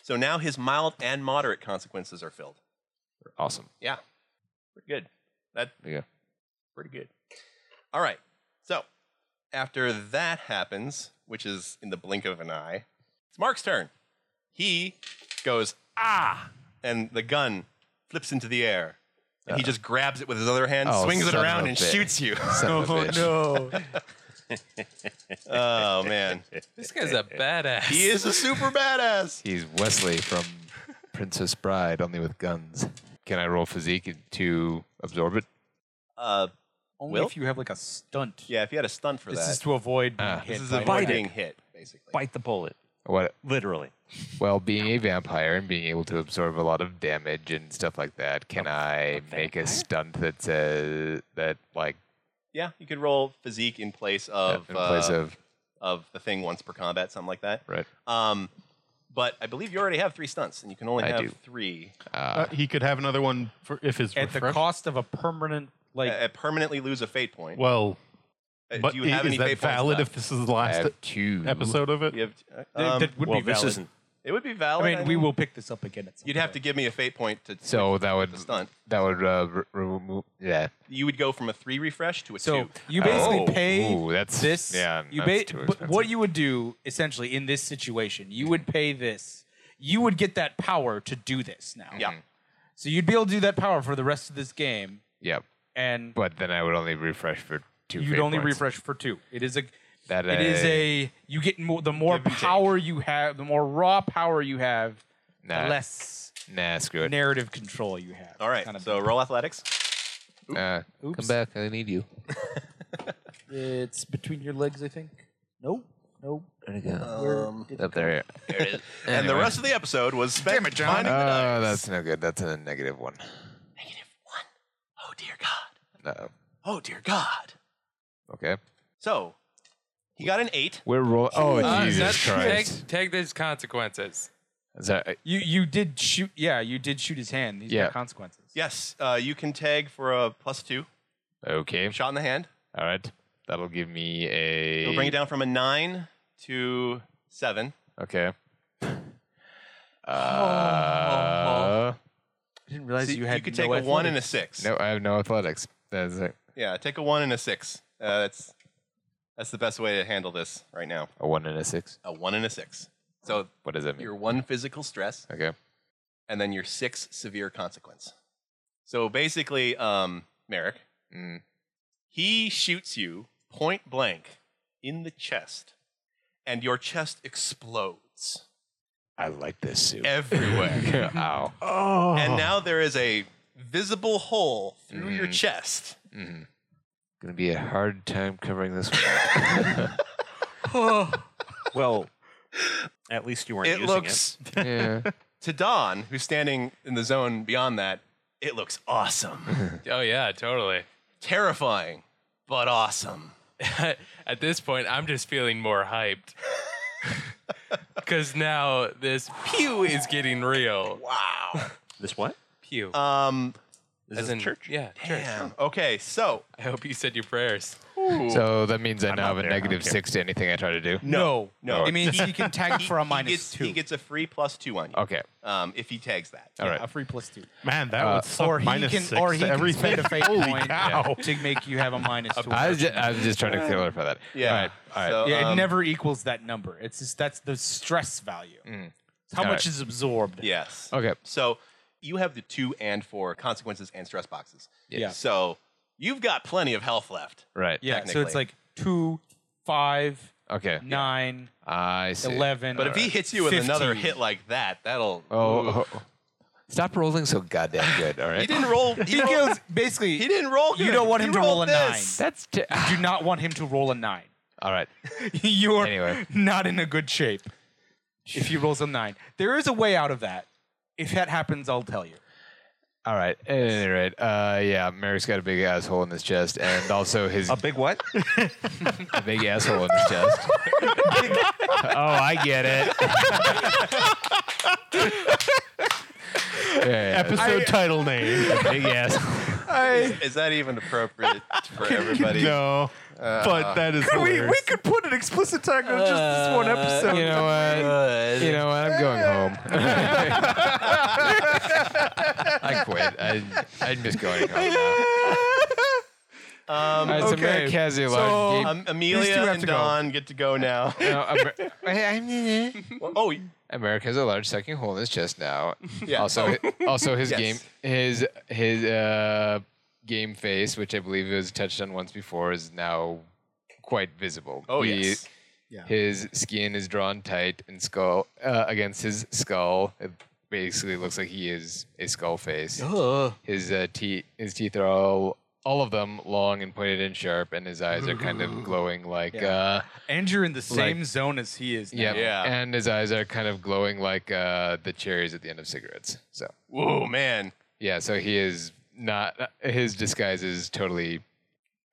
Speaker 2: So now his mild and moderate consequences are filled.
Speaker 4: Awesome.
Speaker 2: Yeah. Pretty good. That
Speaker 4: Yeah.
Speaker 2: pretty good. All right. So after that happens, which is in the blink of an eye, it's Mark's turn. He goes ah, and the gun flips into the air, and he just grabs it with his other hand,
Speaker 4: Oh,
Speaker 2: swings it
Speaker 4: son of
Speaker 2: around,
Speaker 4: a
Speaker 2: and
Speaker 4: bitch.
Speaker 2: shoots
Speaker 4: (laughs)
Speaker 2: you.
Speaker 4: Son of a bitch.
Speaker 5: no.
Speaker 2: oh man,
Speaker 3: This
Speaker 2: (laughs)
Speaker 3: guy's a badass.
Speaker 2: he is a super badass.
Speaker 4: He's Wesley from Princess Bride, only with guns. Can I roll physique to absorb it?
Speaker 2: Uh,
Speaker 5: Only
Speaker 2: Will?
Speaker 5: if you have like a stunt.
Speaker 2: yeah, if he had a stunt for
Speaker 5: This
Speaker 2: that,
Speaker 5: is to avoid being
Speaker 4: Ah.
Speaker 5: hit.
Speaker 2: this is
Speaker 5: by
Speaker 2: a
Speaker 5: lightning.
Speaker 6: bite it.
Speaker 2: being hit basically.
Speaker 6: Bite the bullet,
Speaker 4: What?
Speaker 6: literally.
Speaker 4: Well, being a vampire and being able to absorb a lot of damage and stuff like that, can I make a stunt that says that like
Speaker 2: Yeah, you could roll physique in place of
Speaker 4: in place
Speaker 2: uh,
Speaker 4: of
Speaker 2: of the thing once per combat, something like that.
Speaker 4: right?
Speaker 2: Um, but I believe you already have three stunts, and you can only
Speaker 4: I
Speaker 2: have
Speaker 4: do.
Speaker 2: three.
Speaker 4: Uh,
Speaker 1: Uh, he could have another one for if his
Speaker 5: At the
Speaker 1: refresh-
Speaker 5: cost of a permanent,
Speaker 2: I,
Speaker 5: like,
Speaker 2: I permanently lose a fate point.
Speaker 1: Well,
Speaker 2: Uh,
Speaker 1: but
Speaker 2: do you have
Speaker 1: is
Speaker 2: any
Speaker 1: that
Speaker 2: fate
Speaker 1: valid
Speaker 2: points
Speaker 1: if this is the
Speaker 4: I
Speaker 1: last
Speaker 4: have two
Speaker 1: episode of it?
Speaker 2: left? you have,
Speaker 5: that-
Speaker 2: um,
Speaker 5: that would
Speaker 6: well,
Speaker 5: be
Speaker 6: this
Speaker 5: valid.
Speaker 6: isn't.
Speaker 2: it would be
Speaker 5: I
Speaker 2: valid.
Speaker 5: mean, we will pick this up again at some
Speaker 2: Oh. You'd have to give me a fate point to.
Speaker 4: So that would
Speaker 2: the stunt.
Speaker 4: that would uh, re- remove yeah.
Speaker 2: you would go from a three refresh to a
Speaker 5: So
Speaker 2: two.
Speaker 5: you basically
Speaker 4: Oh,
Speaker 5: pay
Speaker 4: ooh, that's-
Speaker 5: this.
Speaker 4: yeah,
Speaker 5: you
Speaker 4: that's
Speaker 5: ba-
Speaker 4: too
Speaker 5: but what
Speaker 4: expensive.
Speaker 5: you would do essentially in this situation, you would pay this. You would get that power to do this now.
Speaker 2: Yeah.
Speaker 5: So you'd be able to do that power for the rest of this game,
Speaker 4: Yep.
Speaker 5: and
Speaker 4: But then I would only refresh for two.
Speaker 5: you'd
Speaker 4: fate
Speaker 5: only
Speaker 4: points.
Speaker 5: refresh for two. It is a.
Speaker 4: That
Speaker 5: it is a. You get more. The more
Speaker 2: Give and take.
Speaker 5: power you have, the more raw power you have,
Speaker 4: Nah.
Speaker 5: the less
Speaker 4: nah. Screw it.
Speaker 5: narrative control you have.
Speaker 2: All right.
Speaker 5: Kind of-
Speaker 2: so roll athletics.
Speaker 4: Uh, come back. I need you.
Speaker 5: it's between your legs, I think. Nope. Nope.
Speaker 2: Um,
Speaker 4: Up there.
Speaker 2: And the rest of the episode was spent finding
Speaker 5: Uh,
Speaker 2: the
Speaker 4: Oh,
Speaker 2: dice.
Speaker 4: that's no good. That's a negative one.
Speaker 2: negative one. Oh dear God.
Speaker 4: No.
Speaker 2: Oh dear God.
Speaker 4: Okay.
Speaker 2: So he got an eight.
Speaker 4: We're rolling. Oh,
Speaker 3: Uh,
Speaker 4: Jesus
Speaker 3: that's-
Speaker 4: Christ.
Speaker 3: Take, (laughs) take these consequences.
Speaker 4: Is that- uh,
Speaker 5: You you did shoot. Yeah, you did shoot his hand. These
Speaker 4: Yeah.
Speaker 5: are consequences.
Speaker 2: Yes, uh, you can tag for a plus two.
Speaker 4: okay.
Speaker 2: Shot in the hand.
Speaker 4: All right. That'll give me a.
Speaker 2: It'll bring it down from a nine to seven.
Speaker 4: Okay. Uh,
Speaker 5: I didn't realize
Speaker 2: See,
Speaker 5: you had.
Speaker 2: could
Speaker 5: no
Speaker 2: take a one and a
Speaker 5: athletics.
Speaker 2: six.
Speaker 4: No, I have no athletics. That's it.
Speaker 2: Yeah, take a one and a six. Uh, that's that's the best way to handle this right now.
Speaker 4: A one and a six.
Speaker 2: A one and a six. So
Speaker 4: What does that mean?
Speaker 2: your one physical stress,
Speaker 4: Okay.
Speaker 2: and then your six severe consequence. So basically, um, Merrick,
Speaker 4: Mm.
Speaker 2: he shoots you point blank in the chest, and your chest explodes
Speaker 4: I like this suit.
Speaker 2: Eh.
Speaker 5: (laughs)
Speaker 2: everywhere.
Speaker 4: (laughs) Ow.
Speaker 5: Uh-huh.
Speaker 2: and now there is a visible hole through your
Speaker 5: Mm-hmm.
Speaker 4: Mhm.
Speaker 2: chest.
Speaker 4: Mm. Gonna be a hard time covering this one.
Speaker 6: Well, at least you weren't
Speaker 2: It
Speaker 6: using
Speaker 2: looks
Speaker 4: yeah.
Speaker 2: to Don, who's standing in the zone beyond that. It looks
Speaker 5: (laughs)
Speaker 2: awesome,
Speaker 3: Oh, yeah, totally.
Speaker 2: terrifying, but awesome.
Speaker 3: At this point, I'm just feeling
Speaker 2: (laughs)
Speaker 3: more hyped. (laughs) Because now this pew is getting real.
Speaker 2: Wow.
Speaker 6: it. This what?
Speaker 3: Pew.
Speaker 2: Um.
Speaker 6: This is church.
Speaker 3: Yeah, church.
Speaker 2: Damn. Okay. So
Speaker 3: I hope you said your prayers.
Speaker 4: So that means I now
Speaker 6: out
Speaker 4: have a
Speaker 6: there. I don't
Speaker 4: negative
Speaker 6: care.
Speaker 4: six to anything I try to do.
Speaker 5: No.
Speaker 2: No.
Speaker 5: It means he can tag for a
Speaker 2: he
Speaker 5: minus
Speaker 2: gets,
Speaker 5: two.
Speaker 2: He gets a free plus two on you.
Speaker 4: Okay.
Speaker 2: Um, if he tags that.
Speaker 4: All
Speaker 5: a
Speaker 4: right.
Speaker 5: free plus two.
Speaker 1: Man, that
Speaker 4: Uh,
Speaker 1: would suck.
Speaker 5: or he
Speaker 1: Minus
Speaker 5: can
Speaker 1: six
Speaker 5: or he
Speaker 1: to
Speaker 5: can
Speaker 1: everything.
Speaker 5: spend a fate
Speaker 1: Holy
Speaker 5: point
Speaker 1: cow!
Speaker 5: to make you have a minus two.
Speaker 4: I was, just, I was just trying to clarify that.
Speaker 2: Yeah.
Speaker 4: All right. All right.
Speaker 2: So,
Speaker 5: yeah, it
Speaker 2: um,
Speaker 5: never equals that number. It's just that's the stress value. How much
Speaker 4: All right.
Speaker 5: is absorbed?
Speaker 2: Yes.
Speaker 4: Okay.
Speaker 2: So you have the two and four consequences and stress boxes.
Speaker 5: Yeah.
Speaker 2: So you've got plenty of health left.
Speaker 4: Right.
Speaker 5: Yeah, so it's
Speaker 2: Technically.
Speaker 5: like two, five,
Speaker 4: Okay.
Speaker 5: nine,
Speaker 4: I see.
Speaker 5: eleven.
Speaker 2: But if he hits you with another
Speaker 5: 15.
Speaker 2: hit like that, that'll. Ooh.
Speaker 4: Oh, oh. Stop rolling so goddamn good.
Speaker 2: (laughs)
Speaker 4: All
Speaker 2: He
Speaker 4: right.
Speaker 2: didn't roll. He,
Speaker 5: (laughs) he
Speaker 2: rolled-
Speaker 5: goes basically,
Speaker 2: He didn't roll.
Speaker 5: You
Speaker 2: good.
Speaker 5: don't want
Speaker 2: He
Speaker 5: him to roll a
Speaker 2: rolled this.
Speaker 4: That's t-
Speaker 5: do not want him to roll a nine.
Speaker 4: all right.
Speaker 5: you are
Speaker 4: Anyway.
Speaker 5: not in a good shape if he rolls a nine. There is a way out of that. If that happens, I'll tell you.
Speaker 4: All right. At any rate, uh, yeah, Mary's got a big asshole in his chest, and also his
Speaker 6: A big what?
Speaker 4: (laughs) a big asshole in his chest. oh, I get it. Yeah, yeah,
Speaker 1: (laughs)
Speaker 4: yeah.
Speaker 1: Episode title name.
Speaker 5: (laughs)
Speaker 4: big asshole.
Speaker 2: (laughs) Is that even appropriate
Speaker 5: (laughs)
Speaker 2: for everybody?
Speaker 1: No,
Speaker 2: Uh,
Speaker 1: but that is hilarious.
Speaker 5: could put an explicit tag on just this one episode.
Speaker 4: Uh, You know what?
Speaker 2: Good.
Speaker 4: You know what? I'm
Speaker 2: (laughs)
Speaker 4: going home. (laughs) I quit. I, I'm just going home. Now.
Speaker 5: (laughs)
Speaker 2: Um,
Speaker 4: All right, so Mary
Speaker 5: Okay,
Speaker 4: Cassie
Speaker 5: so-
Speaker 4: Lodge-
Speaker 2: um,
Speaker 5: These two
Speaker 2: Amelia
Speaker 5: have
Speaker 2: and
Speaker 5: to go.
Speaker 2: Don get to go now.
Speaker 4: No,
Speaker 2: (laughs)
Speaker 4: Amer-
Speaker 2: oh,
Speaker 4: America has a large sucking hole in his chest now.
Speaker 2: Yeah.
Speaker 4: Also,
Speaker 2: (laughs)
Speaker 4: also his
Speaker 2: Yes.
Speaker 4: game, his his uh, game face, which I believe was touched on once before, is now quite visible.
Speaker 2: oh
Speaker 4: He-
Speaker 2: yes.
Speaker 4: His skin is drawn tight and skull uh, against his skull. It basically looks like he is a skull face. His uh, teeth, his teeth are all all of them long and pointed and sharp, and his eyes are kind of glowing like. Uh,
Speaker 5: And you're in the same zone as he is. Now.
Speaker 4: yeah.
Speaker 2: Yeah.
Speaker 4: And his eyes are kind of glowing like uh, the cherries at the end of cigarettes. So,
Speaker 2: Whoa, man.
Speaker 4: yeah, so he is not, his disguise is totally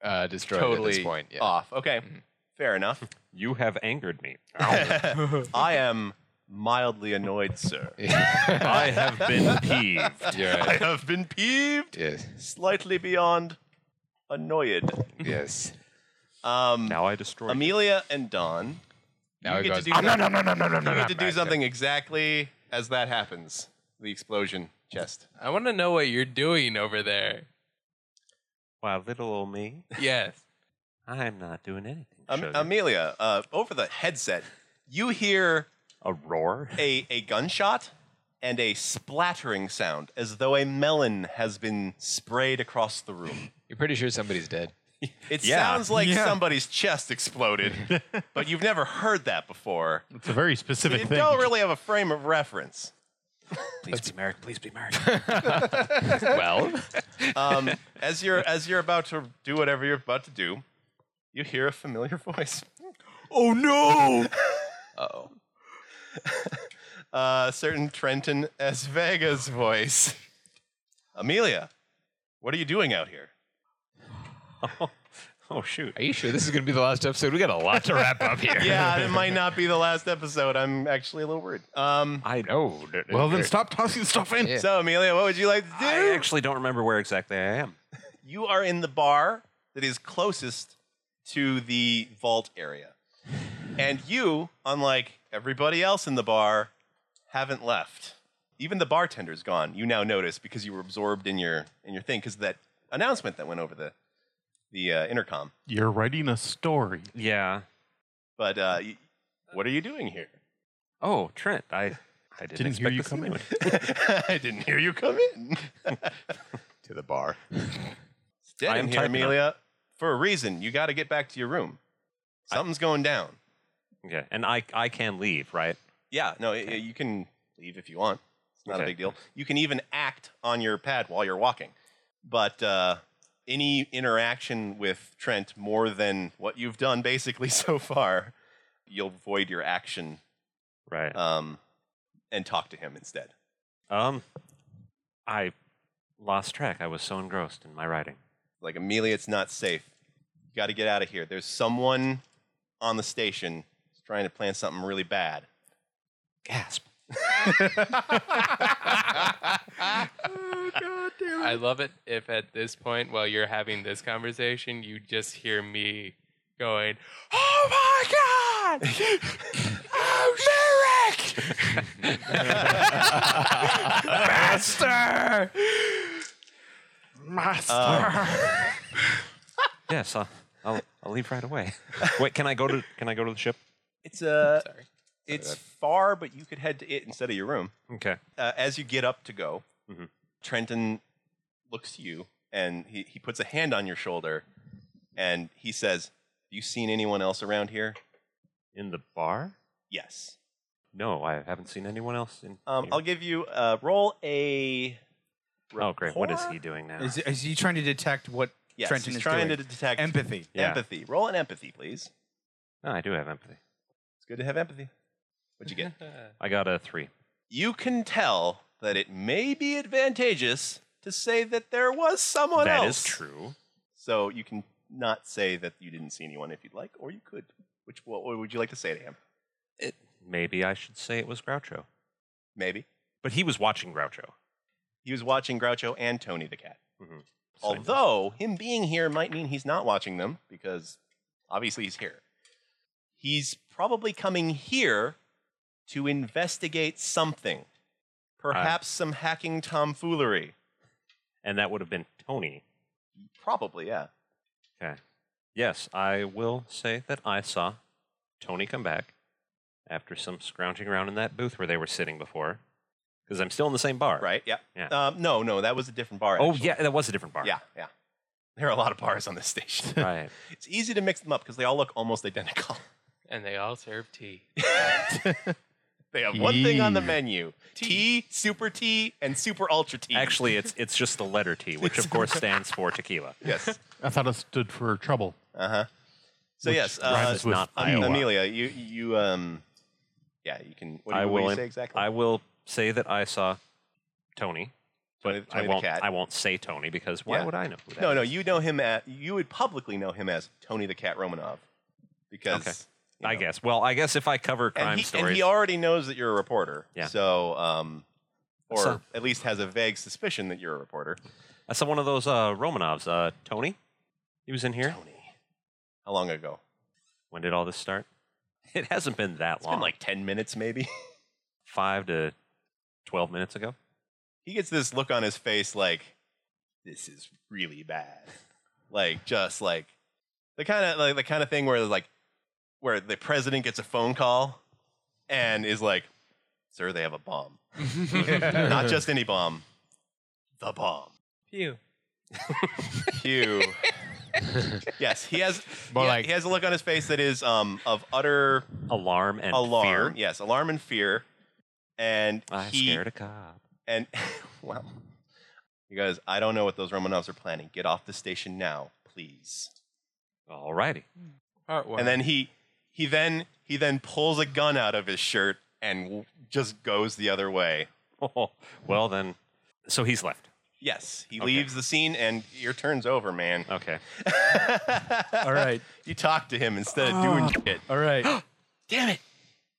Speaker 4: uh, destroyed
Speaker 2: Totally
Speaker 4: at this point. Yeah.
Speaker 2: off. Okay.
Speaker 5: Mm-hmm.
Speaker 2: Fair
Speaker 5: (laughs)
Speaker 2: enough.
Speaker 6: You have angered me.
Speaker 2: I am mildly annoyed,
Speaker 5: (laughs)
Speaker 2: sir.
Speaker 6: I have been peeved.
Speaker 4: You're
Speaker 2: I (laughs)
Speaker 4: right.
Speaker 2: have been peeved
Speaker 4: yes.
Speaker 2: slightly beyond annoyed.
Speaker 4: Yes.
Speaker 2: Um,
Speaker 6: Now I destroy. you.
Speaker 2: Amelia and Don, you
Speaker 4: Now he
Speaker 2: get
Speaker 4: goes,
Speaker 2: to do something, you get to
Speaker 4: back
Speaker 2: do something exactly as that happens. The explosion chest.
Speaker 3: I want to know what you're doing over there.
Speaker 6: Wow, little old me.
Speaker 3: Yes.
Speaker 6: I'm not doing anything.
Speaker 2: Am-
Speaker 6: sugar.
Speaker 2: Amelia, uh, over the headset, you hear
Speaker 6: a roar.
Speaker 2: a, a gunshot and a splattering sound as though a melon has been sprayed across the room.
Speaker 4: You're pretty sure somebody's dead.
Speaker 2: It
Speaker 6: Yeah.
Speaker 2: sounds like
Speaker 5: Yeah.
Speaker 2: somebody's chest exploded, but you've never heard that before.
Speaker 1: It's a very specific
Speaker 2: You
Speaker 1: thing.
Speaker 2: don't really have a frame of reference.
Speaker 6: Please be married. Please be married.
Speaker 4: well,
Speaker 2: Um, as you're as you're about to do whatever you're about to do, you hear a familiar (laughs) voice.
Speaker 5: Oh no!
Speaker 4: oh.
Speaker 2: Uh, certain Trenton S. Vega's voice. Amelia, what are you doing out here?
Speaker 6: oh shoot.
Speaker 4: (laughs) Are you sure this is going to be the last episode? We got a lot to wrap up here. (laughs)
Speaker 2: Yeah, it might (laughs) not be the last episode. I'm actually a little worried. Um,
Speaker 6: I
Speaker 4: No.
Speaker 1: Well, then
Speaker 4: (laughs)
Speaker 1: stop tossing stuff in.
Speaker 4: Yeah.
Speaker 2: so Amelia, what would you like to do?
Speaker 6: I actually don't remember where exactly I am.
Speaker 2: you are in the bar that is closest to the vault area. And you, unlike everybody else in the bar, haven't left. Even the bartender's gone. You now notice because you were absorbed in your in your thing because that announcement that went over the the uh, intercom.
Speaker 1: You're writing a story.
Speaker 6: Yeah.
Speaker 2: But uh, y- what are you doing here?
Speaker 4: (laughs)
Speaker 6: Oh, Trent. I I didn't,
Speaker 1: Didn't
Speaker 6: expect
Speaker 1: hear you
Speaker 6: this
Speaker 1: come in.
Speaker 6: anyway.
Speaker 2: I didn't hear you come in.
Speaker 4: (laughs) to the bar.
Speaker 2: It's dead
Speaker 6: I
Speaker 2: in
Speaker 6: am
Speaker 2: here,
Speaker 6: typing up.
Speaker 2: Amelia. For a reason, you got to get back to your room. Something's going down.
Speaker 6: Yeah, and I I can leave, right?
Speaker 2: Yeah, no, y- y- you can leave if you want. It's not a
Speaker 6: Okay.
Speaker 2: big deal. You can even act on your pad while you're walking. But uh, any interaction with Trent more than what you've done basically (laughs) so far, you'll void your action
Speaker 6: Right.
Speaker 2: um, and talk to him instead.
Speaker 6: Um, I lost track. I was so engrossed in my writing.
Speaker 2: Like, Amelia, it's not safe. You got to get out of here. There's someone on the station trying to plan something really bad.
Speaker 6: Gasp.
Speaker 3: I love it if at this point, while you're having this conversation, you just hear me going, "Oh my god, oh Merrick, master, master."
Speaker 2: Um,
Speaker 6: Yes, I'll, I'll I'll leave right away. Wait, can I go to can I go to the ship?
Speaker 5: (laughs)
Speaker 2: It's uh,
Speaker 3: Sorry.
Speaker 2: It's far, but you could head to it instead of your room.
Speaker 6: Okay.
Speaker 2: Uh, as you get up to go,
Speaker 5: Mm-hmm.
Speaker 6: Mhm.
Speaker 2: Trenton looks to you and he, he puts a hand on your shoulder and he says, You seen anyone else around here?
Speaker 6: In the bar?
Speaker 2: Yes.
Speaker 6: No, I haven't seen anyone else. In
Speaker 2: Um,
Speaker 6: here.
Speaker 2: I'll give you uh, roll a.
Speaker 6: oh, great. What is
Speaker 2: rapport?
Speaker 6: he doing now?
Speaker 5: (laughs) Is, is he trying to detect what
Speaker 2: Yes,
Speaker 5: Trenton
Speaker 2: he's
Speaker 5: is
Speaker 2: trying
Speaker 5: doing?
Speaker 2: to detect
Speaker 5: Empathy.
Speaker 6: Yeah.
Speaker 2: empathy. Roll an empathy, please.
Speaker 6: No, Oh, I do have empathy.
Speaker 2: It's good to have empathy. What'd you get?
Speaker 6: I got a three.
Speaker 2: you can tell that it may be advantageous to say that there was someone
Speaker 6: That
Speaker 2: else.
Speaker 6: is true.
Speaker 2: So you can not say that you didn't see anyone if you'd like, or you could. Which what would you like to say to him?
Speaker 6: Maybe I should say it was Groucho.
Speaker 2: Maybe
Speaker 6: But he was watching Groucho.
Speaker 2: he was watching Groucho and Tony the Cat.
Speaker 6: So I know.
Speaker 2: Although him being here might mean he's not watching them because obviously he's here. He's probably coming here to investigate something, perhaps some hacking tomfoolery.
Speaker 6: and that would have been Tony.
Speaker 2: Probably, yeah.
Speaker 6: Yes, I will say that I saw Tony come back after some scrounging around in that booth where they were sitting before. Because I'm still in the same bar.
Speaker 2: Right? Yeah.
Speaker 6: Yeah.
Speaker 2: Um, no, no, that was a different bar.
Speaker 6: Oh,
Speaker 2: actually.
Speaker 6: yeah, that was a different bar.
Speaker 2: Yeah, yeah. There are a lot of bars on this station. (laughs)
Speaker 6: (laughs) Right.
Speaker 2: it's easy to mix them up because they all look almost identical.
Speaker 3: (laughs)
Speaker 2: (laughs)
Speaker 3: and they all serve tea.
Speaker 2: They have one thing on the
Speaker 4: Tea.
Speaker 2: menu: tea, super tea, and super ultra tea.
Speaker 6: Actually, it's it's just the letter T, which of course stands for tequila.
Speaker 2: (laughs) yes.
Speaker 1: I thought it stood for trouble.
Speaker 2: Uh huh. So
Speaker 1: Which
Speaker 2: yes, uh,
Speaker 1: rhymes with
Speaker 6: not
Speaker 2: Am-
Speaker 1: Iowa.
Speaker 2: Amelia, you you um, yeah, you can. What do
Speaker 6: I
Speaker 2: you, what do
Speaker 6: will
Speaker 2: you
Speaker 6: in-
Speaker 2: say exactly?
Speaker 6: I will say that I saw Tony, but
Speaker 2: Tony-
Speaker 6: I
Speaker 2: Tony the
Speaker 6: won't.
Speaker 2: cat.
Speaker 6: I won't say Tony because why
Speaker 2: Yeah.
Speaker 6: would I know? Who that
Speaker 2: no, no,
Speaker 6: is?
Speaker 2: you know him as you would publicly know him as Tony the Cat Romanov because
Speaker 6: Okay.
Speaker 2: you
Speaker 6: I
Speaker 2: know.
Speaker 6: guess. Well, I guess if I cover crime
Speaker 2: and he,
Speaker 6: stories,
Speaker 2: And he already knows that you're a reporter.
Speaker 6: Yeah.
Speaker 2: So, um, or
Speaker 6: So-
Speaker 2: at least has a vague suspicion that you're a reporter.
Speaker 6: I saw one of those uh, Romanovs. Uh, Tony, he was in here.
Speaker 2: Tony. How long ago?
Speaker 6: When did all this start? (laughs) It hasn't been that
Speaker 2: It's
Speaker 6: long.
Speaker 2: been like 10 minutes, maybe. (laughs)
Speaker 6: five to twelve minutes ago.
Speaker 2: he gets this look on his face like, this is really bad. Like, just like the kind of like the kind of thing where like where the president gets a phone call and is like, sir, they have a bomb. Not just any bomb. The bomb.
Speaker 3: Pew.
Speaker 2: Hugh. (laughs) yes, he has.
Speaker 4: More
Speaker 2: he,
Speaker 4: like-
Speaker 2: he has a look on his face that is um of utter
Speaker 6: Alarm and
Speaker 2: alarm.
Speaker 6: fear.
Speaker 2: Yes, alarm and fear. And
Speaker 6: I
Speaker 2: he
Speaker 6: scared a cop.
Speaker 2: and (laughs) wow, he goes. I don't know what those Romanovs are planning. Get off the station now, please.
Speaker 6: Alrighty. (laughs)
Speaker 3: Heartwarming.
Speaker 2: And then he he then he then pulls a gun out of his shirt and w- just goes the other way.
Speaker 6: Oh, well then, so he's left.
Speaker 2: Yes, he
Speaker 6: Okay. Oh.
Speaker 2: leaves the scene and your turn's over, man.
Speaker 6: Okay.
Speaker 5: All right.
Speaker 2: you talk to him instead of
Speaker 6: Oh.
Speaker 2: doing shit.
Speaker 5: All right.
Speaker 2: Damn it.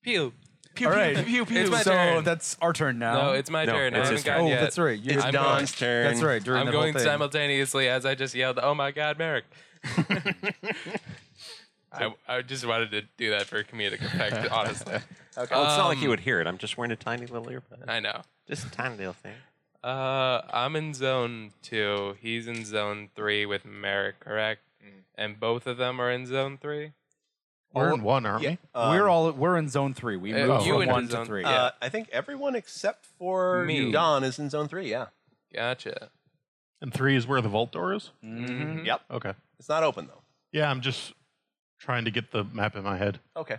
Speaker 3: pew.
Speaker 2: Pew,
Speaker 5: All
Speaker 2: pew,
Speaker 5: right.
Speaker 2: pew, pew, pew.
Speaker 3: It's my
Speaker 5: so
Speaker 3: turn.
Speaker 5: that's our turn now.
Speaker 3: No, it's my
Speaker 6: No,
Speaker 3: turn.
Speaker 6: it's
Speaker 3: I
Speaker 6: his
Speaker 3: haven't
Speaker 5: oh,
Speaker 3: gone yet.
Speaker 5: that's right. You're-
Speaker 2: It's
Speaker 3: I'm
Speaker 2: Don's turn.
Speaker 5: That's right. During
Speaker 3: I'm
Speaker 5: that
Speaker 3: going
Speaker 5: whole thing.
Speaker 3: simultaneously as I just yelled, "Oh my God,
Speaker 2: (laughs)
Speaker 3: Merrick!" I, I just wanted to do that for comedic effect,
Speaker 2: (laughs)
Speaker 3: honestly.
Speaker 6: Well, it's not like
Speaker 3: Um,
Speaker 6: you would hear it. I'm just wearing a tiny little earbud.
Speaker 3: I know.
Speaker 6: Just a tiny little thing.
Speaker 3: Uh, I'm in zone two. He's in zone three with Merrick, correct?
Speaker 2: Mm.
Speaker 3: And both of them are in zone three.
Speaker 1: We're in one, aren't we?
Speaker 2: Um,
Speaker 5: we're all we're in zone three. We
Speaker 3: Uh,
Speaker 5: moved
Speaker 1: you
Speaker 5: from
Speaker 1: and
Speaker 5: one
Speaker 3: his
Speaker 5: to
Speaker 3: zone-
Speaker 5: three.
Speaker 3: Yeah.
Speaker 2: Uh, I think everyone except for
Speaker 3: Me.
Speaker 2: Don is in zone three. Yeah.
Speaker 3: Gotcha.
Speaker 1: And three is where the vault door is?
Speaker 5: Mhm.
Speaker 2: Mm-hmm. Yep.
Speaker 1: Okay.
Speaker 2: It's not open though.
Speaker 1: Yeah, I'm just trying to get the map in my head.
Speaker 2: Okay.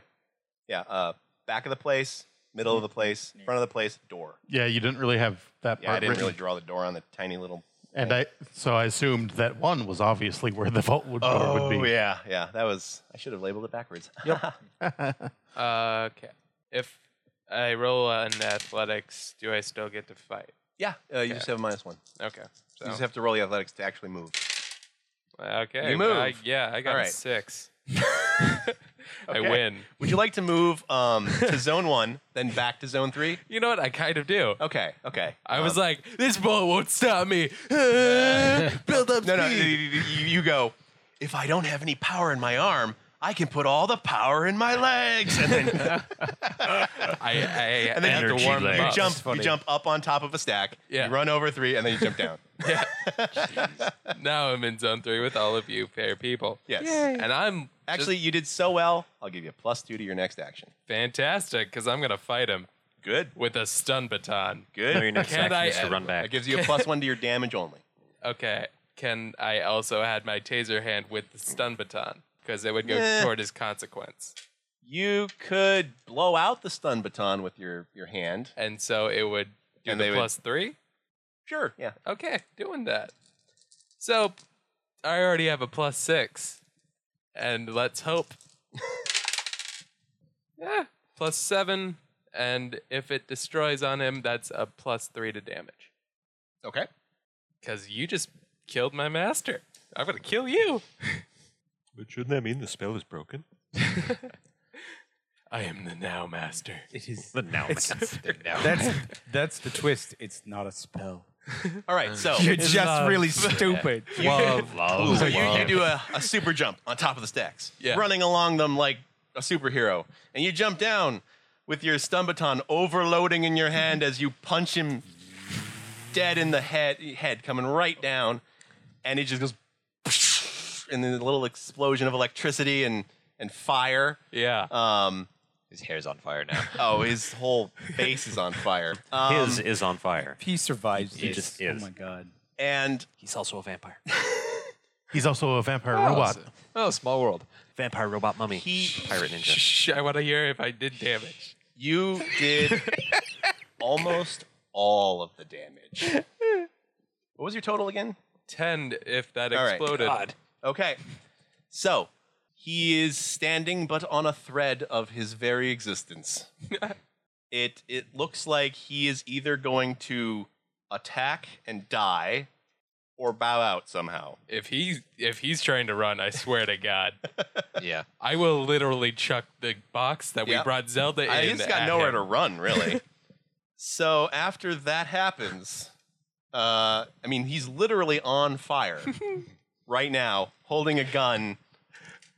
Speaker 2: Yeah. Uh, back of the place, middle of the place, front of the place, door.
Speaker 1: Yeah, you didn't really have that part
Speaker 2: Yeah, I didn't
Speaker 1: written.
Speaker 2: really draw the door on the tiny little.
Speaker 1: and I so I assumed that one was obviously where the vault would, door would be.
Speaker 2: Oh, yeah, yeah. That was. I should have labeled it backwards. (laughs)
Speaker 3: Uh, okay. If I roll an athletics, do I still get to fight?
Speaker 2: yeah. Uh, you just have a minus one.
Speaker 3: Okay.
Speaker 2: You just
Speaker 3: So,
Speaker 2: have to roll the athletics to actually move.
Speaker 3: okay.
Speaker 2: You move.
Speaker 3: I- yeah, I got
Speaker 2: All right.
Speaker 3: six. I
Speaker 2: Okay.
Speaker 3: win.
Speaker 2: Would you like to move (laughs) um, to zone one, then back to zone three?
Speaker 3: You know what? I kind of do.
Speaker 2: Okay. Okay. Um,
Speaker 3: I was like, this bullet won't stop me. (laughs) Build up
Speaker 2: No, no. You,
Speaker 3: speed.
Speaker 2: you- you go. If I don't have any power in my arm, I can put all the power in my legs, and then
Speaker 3: I, I,
Speaker 2: and then
Speaker 3: I have
Speaker 2: you
Speaker 3: to warm
Speaker 2: you
Speaker 3: them up.
Speaker 2: jump, you jump up on top of a stack. (laughs)
Speaker 3: Yeah.
Speaker 2: You run over three, and then you jump down.
Speaker 3: Now I'm in zone three with all of you fair people.
Speaker 2: Yes.
Speaker 3: And I'm
Speaker 2: Actually, you did so well. I'll give you a plus two to your next action.
Speaker 3: fantastic because I'm gonna fight him
Speaker 2: Good.
Speaker 3: with a stun baton.
Speaker 6: Good. Now your next
Speaker 3: Can't
Speaker 6: action
Speaker 3: I-
Speaker 6: is to run
Speaker 2: That
Speaker 6: back.
Speaker 2: gives you a plus one to your damage only.
Speaker 3: Okay. Can I also add my taser hand with the stun baton? Because it would go
Speaker 2: Eh.
Speaker 3: toward his consequence.
Speaker 2: You could blow out the stun baton with your, your hand.
Speaker 3: And so it would do
Speaker 2: And they
Speaker 3: the
Speaker 2: would-
Speaker 3: plus three?
Speaker 2: Sure. Yeah.
Speaker 3: Okay, doing that. So I already have a plus six. And let's hope. (laughs) yeah. Plus seven. And if it destroys on him, that's a plus three to damage.
Speaker 2: Okay.
Speaker 3: Because you just killed my master. I'm going to kill you.
Speaker 6: But shouldn't that mean the spell is broken?
Speaker 3: I am the now master.
Speaker 5: It is.
Speaker 6: The now.
Speaker 5: That's that's the twist. It's not a spell.
Speaker 2: All right. (laughs) So,
Speaker 5: You're just really stupid. Love,
Speaker 6: Love.
Speaker 2: so (laughs) you, you do a, a super jump on top of the stacks,
Speaker 3: Yeah.
Speaker 2: running along them like a superhero. And you jump down with your stun baton overloading in your hand as you punch him dead in the head, head coming right down. And he just goes, (laughs) and then a little explosion of electricity and, and fire.
Speaker 3: Yeah.
Speaker 2: Um,
Speaker 4: His hair's on fire now.
Speaker 2: Oh, his whole face is on fire. Um,
Speaker 6: (laughs) His is on fire.
Speaker 5: He survives. He
Speaker 6: just
Speaker 5: Oh
Speaker 6: is.
Speaker 5: my god.
Speaker 2: and
Speaker 6: He's also a vampire.
Speaker 1: He's also a vampire
Speaker 4: Oh,
Speaker 1: robot.
Speaker 4: so- Oh, small world.
Speaker 6: vampire robot mummy.
Speaker 2: He-
Speaker 6: pirate ninja.
Speaker 3: Shh, I want to hear if I did damage.
Speaker 2: you did almost all of the damage. What was your total again?
Speaker 3: 10 if that
Speaker 2: All right.
Speaker 3: exploded.
Speaker 2: Okay. So, he is standing but on a thread of his very
Speaker 3: (laughs)
Speaker 2: existence. it it looks like he is either going to attack and die or bow out somehow.
Speaker 3: If he if he's trying to run, I swear to God,
Speaker 4: Yeah.
Speaker 3: I will literally chuck the box that
Speaker 2: Yeah.
Speaker 3: we brought Zelda in.
Speaker 2: I just got
Speaker 3: at
Speaker 2: nowhere
Speaker 3: him.
Speaker 2: to run,
Speaker 3: (laughs)
Speaker 2: really. so after that happens, uh, I mean, he's literally on
Speaker 3: (laughs)
Speaker 2: fire right now, holding a gun.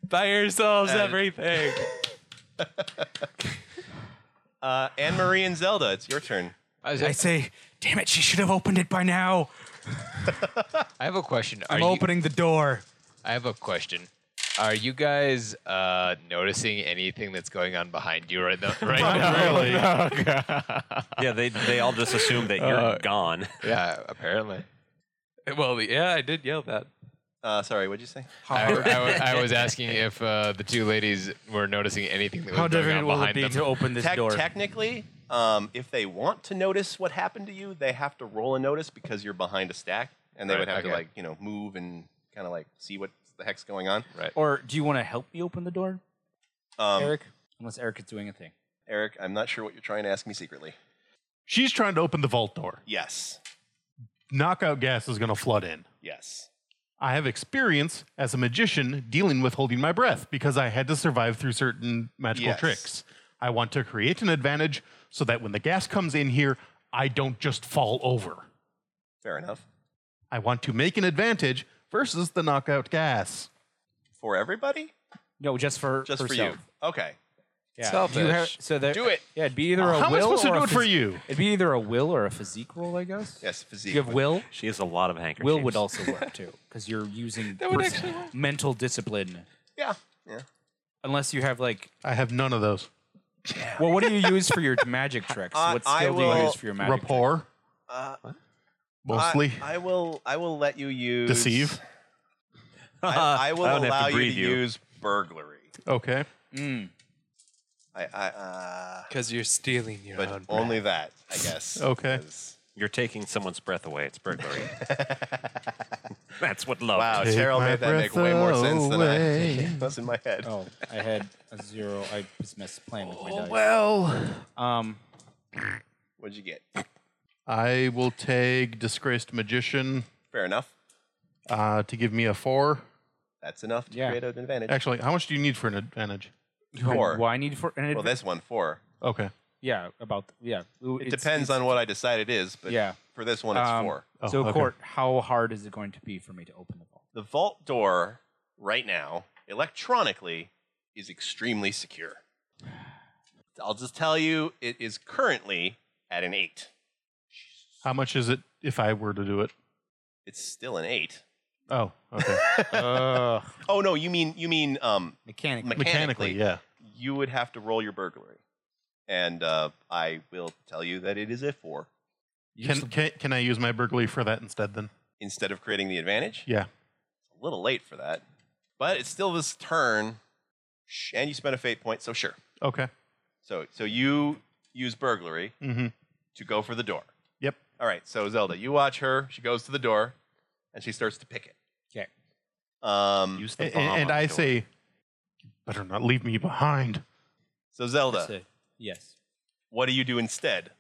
Speaker 3: Fire solves
Speaker 2: Uh,
Speaker 3: everything.
Speaker 2: Uh, Anne Marie and Zelda, it's your turn.
Speaker 4: I, was-
Speaker 5: I say, damn it! She should have opened it by now.
Speaker 4: I have a question. Are
Speaker 5: I'm
Speaker 4: you-
Speaker 5: opening the door.
Speaker 4: I have a question. Are you guys uh, noticing anything that's going on behind you right now? Right
Speaker 1: (laughs)
Speaker 4: now?
Speaker 1: Really?
Speaker 2: (laughs)
Speaker 6: Yeah, they they all just assume that you're gone. (laughs)
Speaker 4: Yeah, apparently.
Speaker 3: well, yeah, I did yell that. (laughs)
Speaker 2: Uh, sorry, what'd you say?
Speaker 4: I, I wa- I was asking if uh, the two ladies were noticing anything that was
Speaker 5: How
Speaker 4: going
Speaker 5: difficult
Speaker 4: on
Speaker 5: will it
Speaker 4: behind
Speaker 5: be
Speaker 4: them.
Speaker 5: to open this
Speaker 2: Tec-
Speaker 5: door?
Speaker 2: technically, um, if they want to notice what happened to you, they have to roll a notice because you're behind a stack, and they
Speaker 4: Right,
Speaker 2: would have to
Speaker 4: okay.
Speaker 2: like you know move and kind of like see what the heck's going on.
Speaker 4: right.
Speaker 5: or do you want to help me open the door,
Speaker 2: Um, Eric,
Speaker 5: Eric? Unless Eric is doing a thing.
Speaker 2: Eric, I'm not sure what you're trying to ask me secretly.
Speaker 1: She's trying to open the vault door.
Speaker 2: Yes,
Speaker 1: Knockout gas is going to flood in.
Speaker 2: yes.
Speaker 1: I have experience as a magician dealing with holding my breath because I had to survive through certain magical
Speaker 2: Yes.
Speaker 1: tricks. I want to create an advantage so that when the gas comes in here, I don't just fall over.
Speaker 2: Fair enough.
Speaker 1: I want to make an advantage versus the knockout gas.
Speaker 2: For everybody?
Speaker 5: No, just for
Speaker 2: Just
Speaker 5: herself.
Speaker 2: for you. Okay.
Speaker 5: Yeah.
Speaker 3: Selfish.
Speaker 5: You have- so there,
Speaker 2: Do it.
Speaker 5: Yeah, it'd be either a
Speaker 1: How am I
Speaker 5: will
Speaker 1: supposed to
Speaker 5: or a
Speaker 1: do it for
Speaker 5: phys-
Speaker 1: you?
Speaker 5: It'd be either a will or a physique roll, I guess.
Speaker 2: Yes, physique.
Speaker 5: You have will.
Speaker 6: She has a lot of handkerchiefs.
Speaker 5: Will would also work too, because you're using
Speaker 3: That would
Speaker 5: pers-
Speaker 3: actually work.
Speaker 5: mental discipline.
Speaker 2: yeah. Yeah.
Speaker 5: Unless you have like,
Speaker 1: I have none of those.
Speaker 5: well, what do you use for your magic tricks?
Speaker 2: Uh,
Speaker 5: what
Speaker 2: I
Speaker 5: skill do
Speaker 2: will-
Speaker 5: you use for your magic? trick?
Speaker 1: Rapport,
Speaker 2: Uh,
Speaker 1: mostly.
Speaker 2: I, I will. I will let you use
Speaker 1: Deceive.
Speaker 2: I, I will
Speaker 6: I don't have to
Speaker 2: allow you to
Speaker 6: breathe you.
Speaker 2: use burglary.
Speaker 1: okay.
Speaker 5: Mm.
Speaker 2: I. I uh,
Speaker 3: Because you're stealing your
Speaker 2: but
Speaker 3: own.
Speaker 2: only that, I guess.
Speaker 1: Okay.
Speaker 2: 'Cause-
Speaker 6: You're taking someone's breath away. It's burglary. That's what love.
Speaker 2: Wow,
Speaker 1: Take
Speaker 2: Terrell
Speaker 1: my
Speaker 2: made that make
Speaker 1: breath
Speaker 2: way more sense than I
Speaker 1: away.
Speaker 2: it (laughs) was in my head.
Speaker 5: Oh, I had a zero. I was misplaying with my dice.
Speaker 1: Oh, Well,
Speaker 5: Um,
Speaker 2: What'd you get?
Speaker 1: I will take Disgraced Magician
Speaker 2: Fair enough.
Speaker 1: uh, to give me a four.
Speaker 2: That's enough to
Speaker 5: Yeah.
Speaker 2: create an advantage.
Speaker 1: Actually, how much do you need for an advantage?
Speaker 2: Four.
Speaker 5: Why I need for? And it,
Speaker 2: well, that's one four.
Speaker 1: Okay.
Speaker 5: yeah, about yeah.
Speaker 2: It depends on what I decide it is, but
Speaker 5: Yeah.
Speaker 2: for this one, it's
Speaker 5: Um,
Speaker 2: four.
Speaker 1: Oh,
Speaker 5: so,
Speaker 1: okay.
Speaker 5: court, how hard is it going to be for me to open the vault?
Speaker 2: The vault door right now, electronically, is extremely secure. I'll just tell you, it is currently at an eight.
Speaker 1: How much is it if I were to do it?
Speaker 2: It's still an eight.
Speaker 1: Oh, okay. uh,
Speaker 2: Oh no, you mean you mean um
Speaker 5: Mechanic.
Speaker 2: mechanically?
Speaker 1: mechanically, yeah.
Speaker 2: You would have to roll your burglary, and uh, I will tell you that it is a four.
Speaker 1: Can, can can I use my burglary for that instead then?
Speaker 2: Instead of creating the advantage,
Speaker 1: Yeah.
Speaker 2: it's a little late for that, but it's still this turn, Sh- and you spent a fate point, so sure.
Speaker 1: Okay.
Speaker 2: So so you use burglary
Speaker 1: Mm-hmm.
Speaker 2: to go for the door.
Speaker 1: Yep.
Speaker 2: All right. So Zelda, you watch her. She goes to the door, and she starts to pick it.
Speaker 5: 'Kay.
Speaker 2: Um,
Speaker 6: Use the
Speaker 1: And,
Speaker 6: bomb on the
Speaker 1: I
Speaker 6: door.
Speaker 1: say, you better not leave me behind.
Speaker 2: so Zelda,
Speaker 5: (laughs) Yes.
Speaker 2: what do you do instead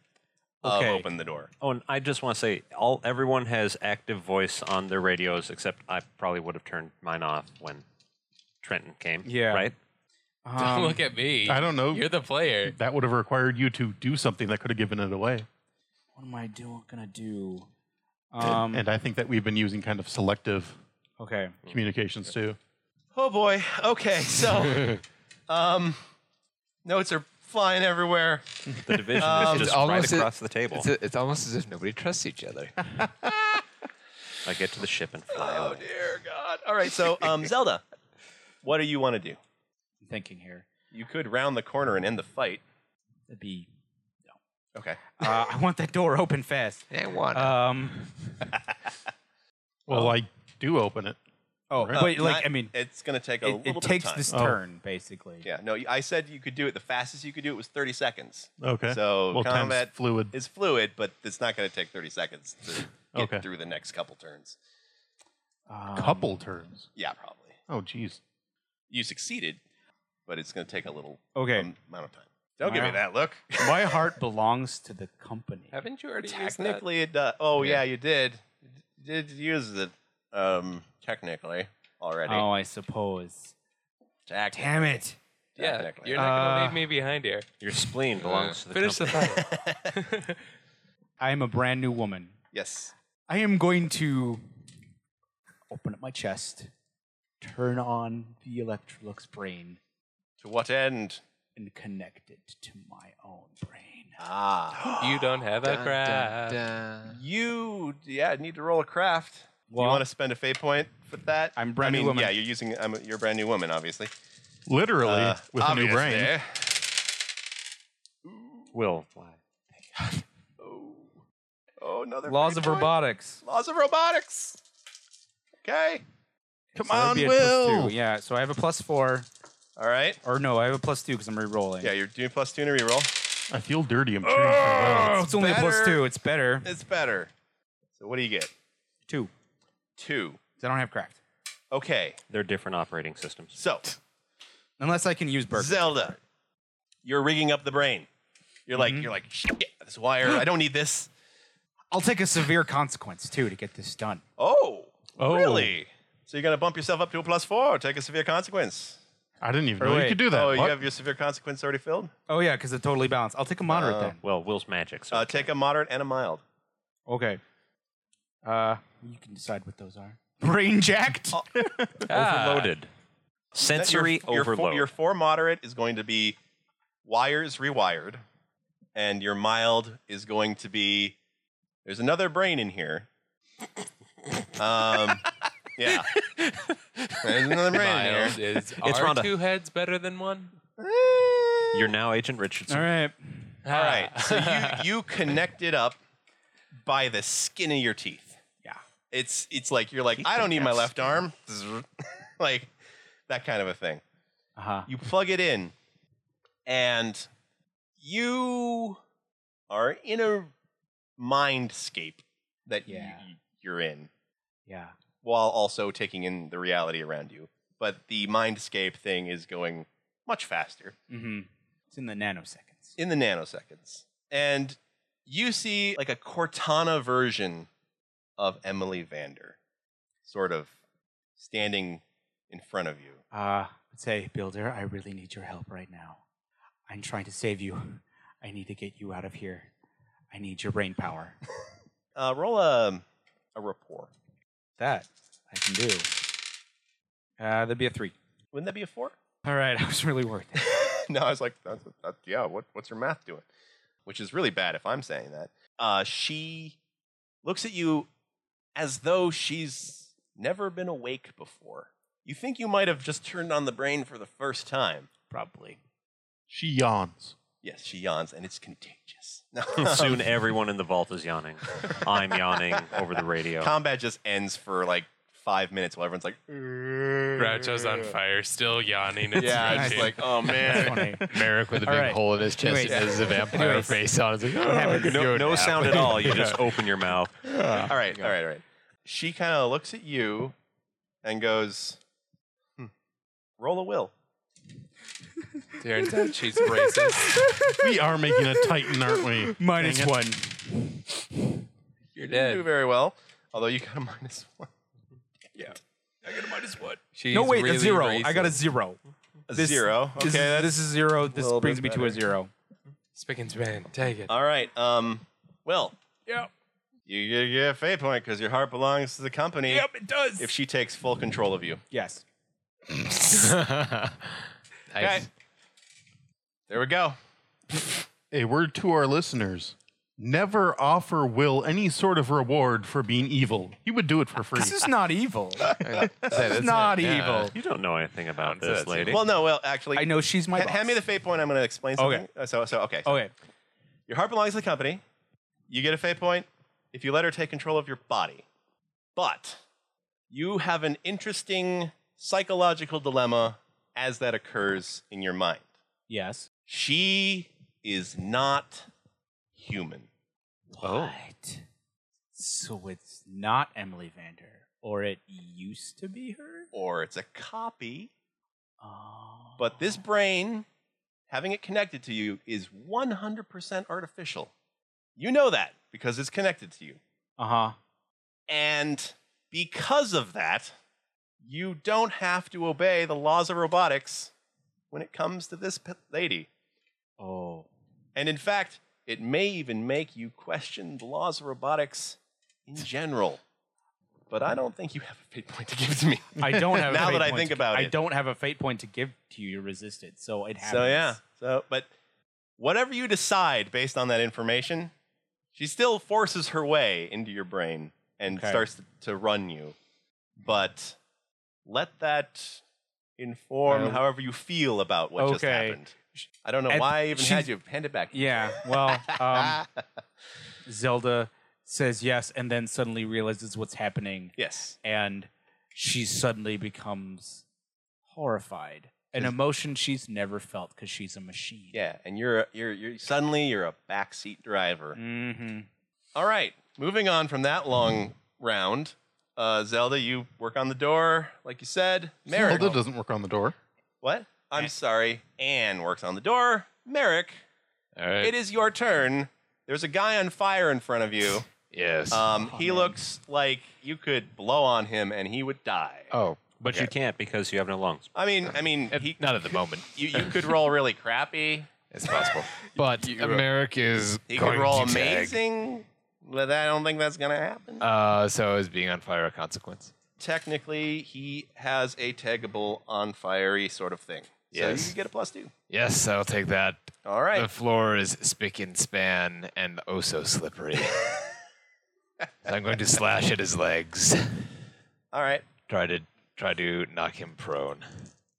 Speaker 6: Okay.
Speaker 2: of open the door?
Speaker 6: Oh, and I just want to say, all everyone has active voice on their radios, except I probably would have turned mine off when Trenton came.
Speaker 5: Yeah.
Speaker 6: Right.
Speaker 5: Um,
Speaker 3: Don't look at me.
Speaker 1: I don't know.
Speaker 3: You're the player.
Speaker 1: That would have required you to do something that could have given it away.
Speaker 5: What am I doing? Gonna
Speaker 2: (laughs)
Speaker 5: do? Um.
Speaker 1: and I think that we've been using kind of selective
Speaker 5: okay.
Speaker 1: communications too.
Speaker 2: Oh boy. Okay.
Speaker 1: (laughs)
Speaker 2: So, um, notes are flying everywhere.
Speaker 6: The division
Speaker 2: Um,
Speaker 6: is just right
Speaker 4: almost a-
Speaker 6: across the table.
Speaker 4: It's, it's almost as if nobody trusts each other.
Speaker 6: I get to the ship and fly
Speaker 2: Oh
Speaker 6: away.
Speaker 2: dear God. All right. So,
Speaker 1: (laughs)
Speaker 2: um, Zelda, what do you want to do?
Speaker 5: I'm thinking here.
Speaker 2: You could round the corner and end the fight.
Speaker 5: That'd be.
Speaker 2: Okay.
Speaker 5: Uh, (laughs) I want that door open fast.
Speaker 4: I want
Speaker 5: Um.
Speaker 1: Well, I do open it.
Speaker 5: Oh,
Speaker 1: Right.
Speaker 5: wait.
Speaker 2: Uh,
Speaker 5: Like
Speaker 2: not-
Speaker 5: I mean, it,
Speaker 2: it's gonna take a
Speaker 5: it
Speaker 2: little bit
Speaker 5: takes
Speaker 2: of time.
Speaker 5: this
Speaker 1: Oh.
Speaker 5: turn basically.
Speaker 2: Yeah. No, I said you could do it. The fastest you could do it was 30 seconds.
Speaker 1: Okay.
Speaker 2: So
Speaker 1: well, time's
Speaker 2: combat
Speaker 1: fluid.
Speaker 2: is fluid, but it's not going to take 30 seconds to get
Speaker 1: Okay.
Speaker 2: through the next couple turns.
Speaker 5: Um,
Speaker 1: Couple turns.
Speaker 2: Yeah, probably.
Speaker 1: Oh, geez.
Speaker 2: You succeeded, but it's going to take a little
Speaker 5: Okay.
Speaker 2: um, amount of time. Don't give me
Speaker 5: Wow.
Speaker 2: that look.
Speaker 5: (laughs) My heart belongs to the company.
Speaker 3: Haven't you already used that?
Speaker 2: Technically, it does. Oh, yeah, you did. You did use it um, technically already.
Speaker 5: Oh, I suppose.
Speaker 2: Tech-
Speaker 5: Damn it.
Speaker 3: Yeah,
Speaker 2: technically.
Speaker 3: you're not gonna
Speaker 5: Uh,
Speaker 3: leave me behind here.
Speaker 6: Your spleen belongs to the
Speaker 3: Finish
Speaker 6: company.
Speaker 3: the fight.
Speaker 5: I am a brand new woman.
Speaker 2: yes.
Speaker 5: I am going to open up my chest, turn on the Electrolux brain,
Speaker 2: To what end?
Speaker 5: and connect it to my own brain.
Speaker 2: Ah.
Speaker 3: you don't have a crap.
Speaker 2: You, yeah, need to roll a craft. Do you
Speaker 5: Well-
Speaker 2: want to spend a fate point for that?
Speaker 5: I'm brand
Speaker 2: I
Speaker 5: new
Speaker 2: mean,
Speaker 5: woman.
Speaker 2: Yeah, you're using. I'm, you're a brand new woman, obviously.
Speaker 1: Literally
Speaker 2: Uh,
Speaker 1: with a new brain.
Speaker 2: obviously.
Speaker 6: Will fly.
Speaker 2: Oh, oh another
Speaker 5: Laws
Speaker 2: fate
Speaker 5: of
Speaker 2: point.
Speaker 5: robotics.
Speaker 2: Laws of robotics. Okay. Come
Speaker 5: So that would
Speaker 2: on,
Speaker 5: be a plus
Speaker 2: Will.
Speaker 5: two. Yeah, so I have a plus four.
Speaker 2: All right.
Speaker 5: Or no, I have a plus two because I'm re-rolling.
Speaker 2: Yeah, you're doing plus two in a reroll.
Speaker 1: I feel dirty. I'm cheering for Will.
Speaker 5: it's only a plus
Speaker 2: better.
Speaker 5: two. It's better.
Speaker 2: It's better. So what do you get?
Speaker 5: Two.
Speaker 2: Two.
Speaker 5: 'cause I don't have cracked.
Speaker 2: Okay.
Speaker 6: They're different operating systems.
Speaker 2: So
Speaker 5: Unless I can use burp.
Speaker 2: Zelda, you're rigging up the brain. You're
Speaker 5: Mm-hmm.
Speaker 2: like, you're like, shit, this wire. I don't need this.
Speaker 5: I'll take a severe consequence too to get this done.
Speaker 2: Oh,
Speaker 1: Oh.
Speaker 2: really? So you're gonna bump yourself up to a plus four, take a severe consequence.
Speaker 1: I didn't even
Speaker 5: Or
Speaker 1: know you
Speaker 5: wait.
Speaker 1: could do that.
Speaker 2: oh, you
Speaker 1: What?
Speaker 2: have your severe consequence already filled.
Speaker 5: Oh yeah, because it's totally balanced. I'll take a
Speaker 2: Oh.
Speaker 5: moderate then.
Speaker 6: Well, Will's magic. So
Speaker 2: Uh, take a moderate and a mild.
Speaker 5: Okay. Uh, you can decide what those are. Brain jacked.
Speaker 2: Uh,
Speaker 6: overloaded.
Speaker 2: That- your-
Speaker 6: Sensory
Speaker 2: your, four-
Speaker 6: overload.
Speaker 2: Your four moderate is going to be wires rewired, and your mild is going to be there's another brain in here. Um, yeah, there's another brain in
Speaker 3: Miles,
Speaker 2: here.
Speaker 5: (laughs)
Speaker 3: is
Speaker 6: It's
Speaker 3: are
Speaker 6: Rhonda.
Speaker 3: two heads better than one?
Speaker 6: You're now Agent Richardson.
Speaker 5: All right.
Speaker 3: Ah,
Speaker 2: All
Speaker 5: Uh,
Speaker 2: right, so
Speaker 5: (laughs)
Speaker 2: you you connect it up by the skin of your teeth.
Speaker 5: Yeah.
Speaker 2: It's it's like you're like I don't need my left arm, (laughs) like that kind of a thing.
Speaker 5: Uh huh.
Speaker 2: you plug it in and you are in a mindscape that you-
Speaker 5: Yeah.
Speaker 2: you're in
Speaker 5: Yeah.
Speaker 2: while also taking in the reality around you but the mindscape thing is going much faster
Speaker 5: Mm-hmm. It's in the nanoseconds.
Speaker 2: in the nanoseconds and you see like a cortana version of emily vander sort of standing in front of you
Speaker 5: Uh, I'd say, Builder, I really need your help right now. I'm trying to save you. (laughs) I need to get you out of here. I need your brain power.
Speaker 2: uh, roll a, a rapport
Speaker 5: (laughs) That I can do. Uh, that'd be a three.
Speaker 2: wouldn't that be a four
Speaker 5: All right. (laughs) I was really worried.
Speaker 2: (laughs) no, I was like, that's, that's, yeah, what, what's her math doing? Which is really bad if I'm saying that. Uh, she looks at you as though she's never been awake before. You think you might have just turned on the brain for the first time. Probably.
Speaker 1: She yawns.
Speaker 2: Yes, she yawns, and it's contagious. (laughs) Um, No.
Speaker 6: (laughs) Soon everyone in the vault is yawning. I'm yawning over the radio.
Speaker 2: Combat just ends for like five minutes while everyone's like,
Speaker 3: Groucho's on fire, still yawning. And
Speaker 2: yeah, it's
Speaker 3: stretching.
Speaker 2: like, oh
Speaker 5: (laughs)
Speaker 8: That's
Speaker 2: man. (laughs)
Speaker 8: funny.
Speaker 4: Merrick with a
Speaker 8: All
Speaker 4: big
Speaker 8: right.
Speaker 4: hole in his chest
Speaker 8: Anyways.
Speaker 4: and has a vampire
Speaker 8: Anyways.
Speaker 4: face on. It's like, "Oh,
Speaker 8: Happens.
Speaker 4: (laughs)
Speaker 6: No,
Speaker 4: good
Speaker 6: no
Speaker 4: nap."
Speaker 6: sound at all. You just open your mouth.
Speaker 2: all right, all right, all right. She kind of looks at you and goes, "Hmm, roll a will.
Speaker 3: Turns out she's racist.
Speaker 1: We are making a Titan, aren't we?
Speaker 8: Minus
Speaker 1: Dang it.
Speaker 8: one.
Speaker 3: You're
Speaker 2: Didn't do
Speaker 3: dead.
Speaker 2: very well, although you got a (laughs) minus one.
Speaker 3: She's
Speaker 5: no, wait,
Speaker 3: really
Speaker 5: a zero. I got a
Speaker 3: racist.
Speaker 5: zero.
Speaker 2: A
Speaker 5: This-
Speaker 2: zero. Okay,
Speaker 5: This,
Speaker 2: that's
Speaker 5: this is zero. This
Speaker 2: little bit
Speaker 5: brings me to a
Speaker 2: better.
Speaker 5: zero.
Speaker 3: Spick and span. Take it.
Speaker 2: all right. Um, Will,
Speaker 3: yep.
Speaker 2: you get you get a fate point because your heart belongs to the company.
Speaker 3: Yep, it does.
Speaker 2: If she takes full control of you,
Speaker 5: Yes.
Speaker 4: Nice.
Speaker 2: Okay. there we go.
Speaker 1: A word to our listeners. Never offer Will any sort of reward for being evil. He would do it for free.
Speaker 5: This is not
Speaker 2: (laughs)
Speaker 5: evil.
Speaker 4: That's it.
Speaker 5: not
Speaker 4: Yeah.
Speaker 5: evil.
Speaker 6: You don't know anything about
Speaker 3: Sounds
Speaker 6: this,
Speaker 3: that's
Speaker 6: lady.
Speaker 2: Well, no, well, actually,
Speaker 5: I know she's my
Speaker 2: ha-
Speaker 5: boss.
Speaker 2: hand me the fate point. I'm going to explain something.
Speaker 5: Okay. Oh.
Speaker 2: Uh, So, so okay. so
Speaker 5: Okay.
Speaker 2: Your heart belongs to the company. You get a fate point if you let her take control of your body. But you have an interesting psychological dilemma as that occurs in your mind.
Speaker 5: Yes.
Speaker 2: She is not human.
Speaker 6: Oh.
Speaker 5: So it's not Emily Vander, or it used to be her.
Speaker 2: Or it's a copy,
Speaker 5: Oh.
Speaker 2: but this brain, having it connected to you, is 100% artificial. You know that because it's connected to you.
Speaker 5: Uh huh.
Speaker 2: And because of that, you don't have to obey the laws of robotics when it comes to this p- lady.
Speaker 5: Oh.
Speaker 2: And in fact, it may even make you question the laws of robotics in general. But I don't think you have a fate point to give to me.
Speaker 5: I don't
Speaker 2: (laughs)
Speaker 5: have.
Speaker 2: Now
Speaker 5: a fate
Speaker 2: that I
Speaker 5: point
Speaker 2: think
Speaker 5: to-
Speaker 2: about
Speaker 5: I
Speaker 2: it.
Speaker 5: don't have a fate point to give to you. You resist it, so it happens.
Speaker 2: So yeah. So but whatever you decide based on that information, she still forces her way into your brain and
Speaker 5: Okay.
Speaker 2: starts to run you. But let that inform
Speaker 5: Um,
Speaker 2: however you feel about what just
Speaker 5: okay.
Speaker 2: happened. I don't know
Speaker 5: At-
Speaker 2: why I even
Speaker 5: she's-
Speaker 2: had you hand it back.
Speaker 5: Yeah. Well, um,
Speaker 2: (laughs)
Speaker 5: Zelda says yes, and then suddenly realizes what's happening,
Speaker 2: yes.
Speaker 5: and she suddenly becomes horrified. An emotion she's never felt because she's a machine.
Speaker 2: Yeah, and you're a- you're you're suddenly you're a backseat driver.
Speaker 5: Mm-hmm.
Speaker 2: All right, moving on from that long round. Uh, Zelda, you work on the door, like you said. Merrick,
Speaker 1: Zelda doesn't work on the door.
Speaker 2: What?
Speaker 4: Eh.
Speaker 2: I'm sorry. Anne works on the door. Merrick,
Speaker 4: All right.
Speaker 2: it is your turn. There's a guy on fire in front of you.
Speaker 4: yes.
Speaker 2: Um, he looks like you could blow on him and he would die.
Speaker 4: oh,
Speaker 6: But you can't because you have no lungs.
Speaker 2: I mean, I mean, he,
Speaker 4: not at the moment.
Speaker 2: you, you could roll really crappy.
Speaker 4: It's possible. (laughs) But Merrick is
Speaker 2: He
Speaker 4: going
Speaker 2: could roll
Speaker 4: to tag.
Speaker 2: amazing, but I don't think that's gonna happen.
Speaker 4: Uh, so is being on fire a consequence?
Speaker 2: Technically, he has a taggable on fiery sort of thing. So
Speaker 4: Yes.
Speaker 2: you could get a plus two.
Speaker 4: Yes, I'll take that.
Speaker 2: All
Speaker 4: The
Speaker 2: right.
Speaker 4: floor is spick and span and oh so
Speaker 2: (laughs)
Speaker 4: slippery. So I'm going to slash at his legs.
Speaker 2: All right.
Speaker 4: Try to try to knock him prone.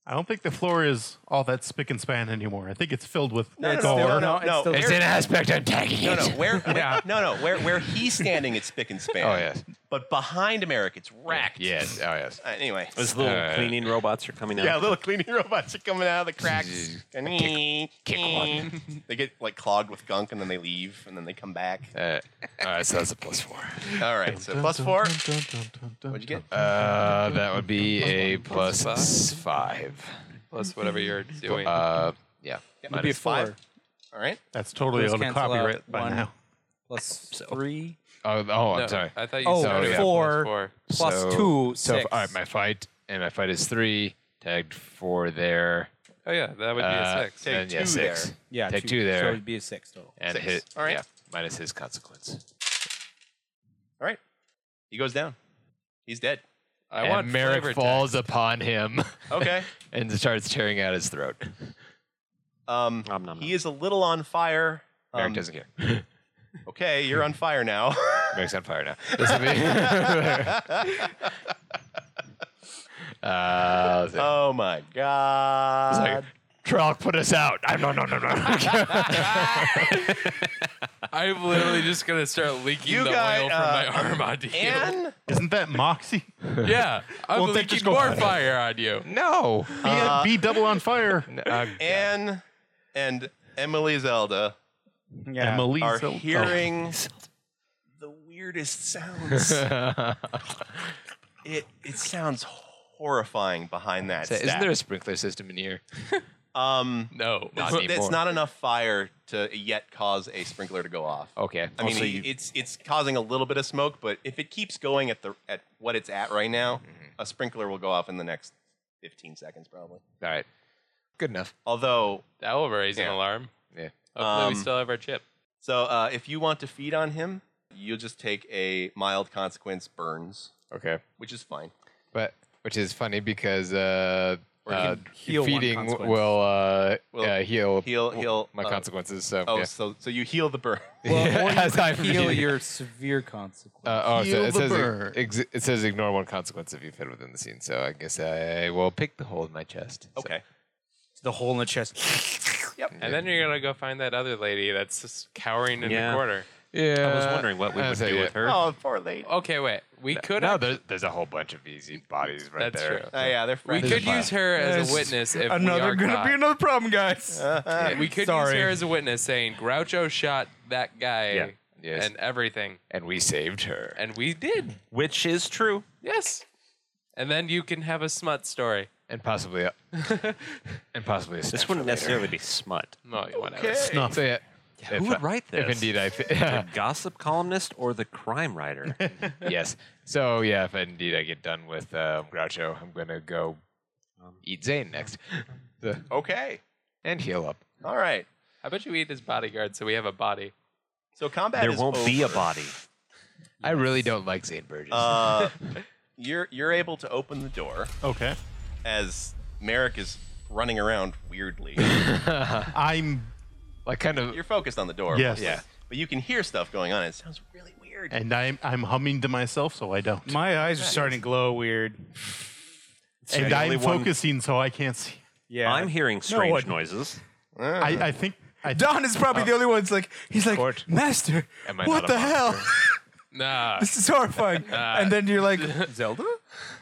Speaker 1: I don't think the floor is all that spick and span anymore. I think it's filled with
Speaker 2: No, no,
Speaker 1: gore.
Speaker 2: no, no, no,
Speaker 5: it's
Speaker 2: no.
Speaker 5: still-
Speaker 4: It's
Speaker 2: Where-
Speaker 4: an aspect I'm tagging
Speaker 2: No,
Speaker 4: it.
Speaker 2: no, where,
Speaker 4: (laughs)
Speaker 2: where no, no, where where he's standing, it's spick and span.
Speaker 4: Oh yes.
Speaker 2: But behind Merrick, it's racked.
Speaker 4: Yes. Oh yes.
Speaker 2: Uh, anyway.
Speaker 6: Those little
Speaker 4: Uh,
Speaker 6: cleaning robots are coming out.
Speaker 2: Yeah, little cleaning (laughs) robots are coming out of the cracks. kick,
Speaker 4: one.
Speaker 2: (laughs) They get like clogged with gunk and then they leave and then they come (laughs) back.
Speaker 4: Uh, all right. So that's a
Speaker 2: (laughs)
Speaker 4: plus four.
Speaker 2: All right, so plus four.
Speaker 1: What'd
Speaker 2: What'd you get?
Speaker 4: Uh, that would be a plus five.
Speaker 3: Plus whatever you're (laughs) doing.
Speaker 4: Uh, yeah.
Speaker 2: It'd
Speaker 5: Be a
Speaker 4: Minus
Speaker 5: four
Speaker 2: five. All right.
Speaker 1: That's totally
Speaker 5: Those
Speaker 1: out of
Speaker 5: cancel out.
Speaker 1: copyright by
Speaker 5: One.
Speaker 1: now.
Speaker 5: plus three
Speaker 4: Oh, oh, I'm
Speaker 3: No,
Speaker 4: sorry.
Speaker 3: I thought you
Speaker 5: Oh,
Speaker 3: started at plus
Speaker 5: four.
Speaker 3: four.
Speaker 5: plus two.
Speaker 4: So
Speaker 5: six.
Speaker 4: all right, my fight and my fight is three. Tagged four there.
Speaker 3: Oh yeah, that would be
Speaker 4: Uh,
Speaker 3: a six.
Speaker 2: Take
Speaker 4: and, yeah,
Speaker 2: two
Speaker 4: six.
Speaker 2: there.
Speaker 5: yeah,
Speaker 4: take two there.
Speaker 5: So it'd be a six total.
Speaker 4: (laughs) And
Speaker 2: Six.
Speaker 4: hit.
Speaker 2: All right.
Speaker 4: Yeah, minus his consequence.
Speaker 2: All right. He goes down. He's dead.
Speaker 3: I
Speaker 4: and
Speaker 3: want flavor
Speaker 4: Merrick
Speaker 3: text.
Speaker 4: falls upon him (laughs)
Speaker 2: Okay.
Speaker 4: and starts tearing out his throat.
Speaker 2: Um,
Speaker 6: Nom, nom,
Speaker 2: he
Speaker 6: nom.
Speaker 2: is a little on fire.
Speaker 4: Merrick
Speaker 2: Um,
Speaker 4: doesn't care.
Speaker 2: okay, you're on fire (laughs) now.
Speaker 4: Rick's on
Speaker 2: (laughs)
Speaker 4: fire now. This will be- (laughs) uh, let's see.
Speaker 2: oh my god.
Speaker 4: It's like, Trolloc put us out. I'm no, no, no, no.
Speaker 3: (laughs)
Speaker 4: (laughs)
Speaker 3: I'm literally just gonna start leaking
Speaker 2: You
Speaker 3: the
Speaker 2: got,
Speaker 3: oil from
Speaker 2: uh,
Speaker 3: my arm onto you.
Speaker 2: and
Speaker 1: Isn't that Moxie?
Speaker 3: (laughs) yeah, I'm
Speaker 1: Won't that
Speaker 3: leaking
Speaker 1: just go
Speaker 3: more
Speaker 1: bad?
Speaker 3: fire on you.
Speaker 4: no.
Speaker 1: Be, be double on fire.
Speaker 4: Uh,
Speaker 2: Anne and Emily Zelda
Speaker 5: Yeah.
Speaker 1: Emily
Speaker 2: are
Speaker 4: Oh,
Speaker 1: Zelda.
Speaker 2: hearing the weirdest
Speaker 4: (laughs)
Speaker 2: sounds. it it sounds horrifying behind that.
Speaker 4: so isn't
Speaker 2: stack.
Speaker 4: there a sprinkler system in here?
Speaker 2: um
Speaker 3: No,
Speaker 2: It's
Speaker 4: Not anymore.
Speaker 2: it's not enough fire to yet cause a sprinkler to go off.
Speaker 4: Okay.
Speaker 2: I mean,
Speaker 6: Also,
Speaker 2: it-
Speaker 6: you-
Speaker 2: it's it's causing a little bit of smoke, but if it keeps going at the at what it's at right now,
Speaker 4: Mm-hmm.
Speaker 2: a sprinkler will go off in the next 15 seconds probably.
Speaker 4: All right. Good enough.
Speaker 2: Although,
Speaker 3: that will raise an
Speaker 2: Yeah.
Speaker 3: alarm.
Speaker 4: Yeah.
Speaker 3: Hopefully,
Speaker 2: Um,
Speaker 3: we still have our chip.
Speaker 2: so uh, if you want to feed on him, you'll just take a mild consequence burns,
Speaker 4: Okay.
Speaker 2: which is fine.
Speaker 4: But which is funny because uh,
Speaker 5: you
Speaker 4: uh,
Speaker 5: can heal one
Speaker 4: feeding
Speaker 5: consequence.
Speaker 4: will uh,
Speaker 2: Will
Speaker 4: uh, heal
Speaker 2: heal-
Speaker 4: w-
Speaker 2: heal,
Speaker 4: my
Speaker 2: uh,
Speaker 4: consequences. So
Speaker 2: Oh,
Speaker 4: yeah. (laughs)
Speaker 2: so so you heal the burn.
Speaker 5: Well, or you
Speaker 4: As
Speaker 5: could
Speaker 4: I'm
Speaker 5: heal
Speaker 4: reading.
Speaker 5: your severe consequence.
Speaker 4: (laughs) Uh, oh,
Speaker 1: Heal
Speaker 4: so it
Speaker 1: the
Speaker 4: says
Speaker 1: burn.
Speaker 4: ex- it says ignore one consequence if you fit within the scene. So I guess I will pick the hole in my chest. So-
Speaker 2: Okay.
Speaker 5: the hole in the chest.
Speaker 4: (laughs)
Speaker 3: And then you're gonna go find that other lady that's just cowering in
Speaker 6: Yeah.
Speaker 3: the corner.
Speaker 4: yeah.
Speaker 6: I was wondering what we
Speaker 4: I'd
Speaker 6: would
Speaker 4: say,
Speaker 6: do
Speaker 4: Uh, yeah.
Speaker 6: with her.
Speaker 2: Oh, poor lady.
Speaker 3: Okay, wait. We could
Speaker 4: No, (laughs)
Speaker 3: act-
Speaker 4: there's, there's a whole bunch of easy bodies right
Speaker 3: That's
Speaker 4: there.
Speaker 3: true.
Speaker 2: Oh, yeah, they're
Speaker 3: we
Speaker 2: friends.
Speaker 3: could use her as a witness if we are caught.
Speaker 5: another problem, guys.
Speaker 4: Uh,
Speaker 3: we could
Speaker 5: Sorry.
Speaker 3: use her as a witness saying Groucho shot that guy
Speaker 6: Yeah.
Speaker 4: Yes.
Speaker 3: and everything,
Speaker 4: And we saved her.
Speaker 3: and we did.
Speaker 6: Which is true.
Speaker 3: Yes. And then you can have a smut story.
Speaker 4: And possibly a, and possibly a
Speaker 6: This wouldn't necessarily be smut.
Speaker 3: No, whatever.
Speaker 4: not so yeah, if,
Speaker 6: Who would write this?
Speaker 4: If indeed I (laughs) fi-
Speaker 6: the gossip columnist or the crime writer?
Speaker 4: yes. So yeah, if indeed I get done with um, Groucho, I'm gonna go um, eat Zane next, The-
Speaker 2: Okay.
Speaker 4: and heal up.
Speaker 2: All right.
Speaker 3: I bet you eat his bodyguard, so we have a body.
Speaker 2: So combat
Speaker 6: there
Speaker 2: is
Speaker 6: won't be a
Speaker 2: over.
Speaker 6: body.
Speaker 4: I really don't like Zane Burgess.
Speaker 2: Uh, you're you're able to open the door
Speaker 1: Oh, Okay.
Speaker 2: as Merrick is running around weirdly.
Speaker 1: I'm,
Speaker 4: like kind of
Speaker 2: you're focused on the door.
Speaker 1: Yes.
Speaker 2: mostly.
Speaker 1: Yeah.
Speaker 2: But you can hear stuff going on. It sounds really weird.
Speaker 1: and I'm, I'm humming to myself, so I don't.
Speaker 5: My eyes are starting to glow weird.
Speaker 1: and
Speaker 6: the only
Speaker 1: I'm
Speaker 6: one-
Speaker 1: focusing, so I can't see.
Speaker 5: Yeah.
Speaker 6: I'm hearing
Speaker 5: one-
Speaker 6: strange noises.
Speaker 1: I, I think. I
Speaker 5: Don is probably the only one. that's like he's like,
Speaker 4: Court.
Speaker 5: Master,
Speaker 4: Oh. Am I
Speaker 5: what
Speaker 4: not a Uh,
Speaker 5: the hell? (laughs)
Speaker 4: (laughs)
Speaker 3: Nah.
Speaker 5: this is horrifying. and then you're like, Zelda.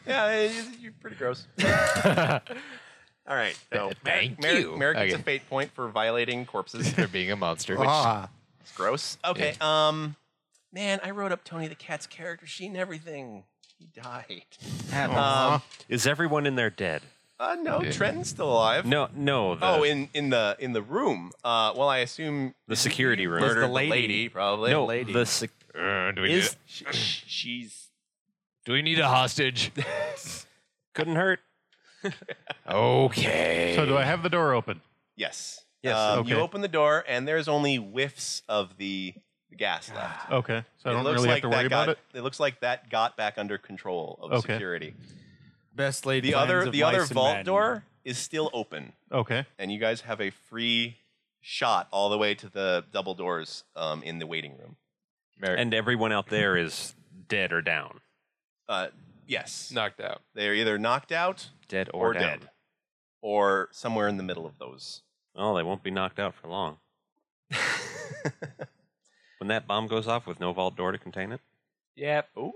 Speaker 2: yeah, it- you're pretty gross. All (laughs) right. So
Speaker 4: Thank
Speaker 2: Merrick,
Speaker 4: you.
Speaker 2: Merrick gets
Speaker 4: Okay.
Speaker 2: a fate point for violating corpses.
Speaker 4: for being a monster.
Speaker 1: ah,
Speaker 2: It's gross. Okay. Um, man, I wrote up Tony the Cat's character sheet and everything. He died. Um,
Speaker 6: Is everyone in there dead?
Speaker 2: uh, no, Trenton's still alive.
Speaker 6: No, no. The,
Speaker 2: Oh, in, in the in the room. Uh, well, I assume
Speaker 6: the security room.
Speaker 2: murdered the lady,
Speaker 5: lady.
Speaker 2: probably.
Speaker 6: no, the sec-
Speaker 4: Uh, do, we need,
Speaker 6: is
Speaker 4: a-
Speaker 2: She- she's
Speaker 4: do we need a hostage?
Speaker 6: couldn't hurt.
Speaker 4: okay.
Speaker 1: so do I have the door open?
Speaker 2: yes.
Speaker 6: Yes.
Speaker 2: Um, You
Speaker 1: Okay.
Speaker 2: open the door, and there's only whiffs of the, the gas left.
Speaker 1: Okay. Oh, So I
Speaker 2: it
Speaker 1: don't
Speaker 2: looks
Speaker 1: really have
Speaker 2: like
Speaker 1: to
Speaker 2: that
Speaker 1: worry
Speaker 2: got,
Speaker 1: about it.
Speaker 2: It looks like that got back under control of
Speaker 1: Okay.
Speaker 2: security.
Speaker 5: Best lady.
Speaker 2: The other the other vault door is still open,
Speaker 1: Okay.
Speaker 2: and you guys have a free shot all the way to the double doors um, in the waiting room.
Speaker 4: Merrick,
Speaker 6: And everyone out there is dead or down.
Speaker 2: Uh, yes.
Speaker 3: Knocked out.
Speaker 2: They're either knocked out
Speaker 6: Dead or,
Speaker 2: or,
Speaker 6: down.
Speaker 2: dead, or somewhere in the middle of those.
Speaker 6: Oh, they won't be knocked out for long. when that bomb goes off with no vault door to contain it,
Speaker 3: Yep.
Speaker 2: Ooh,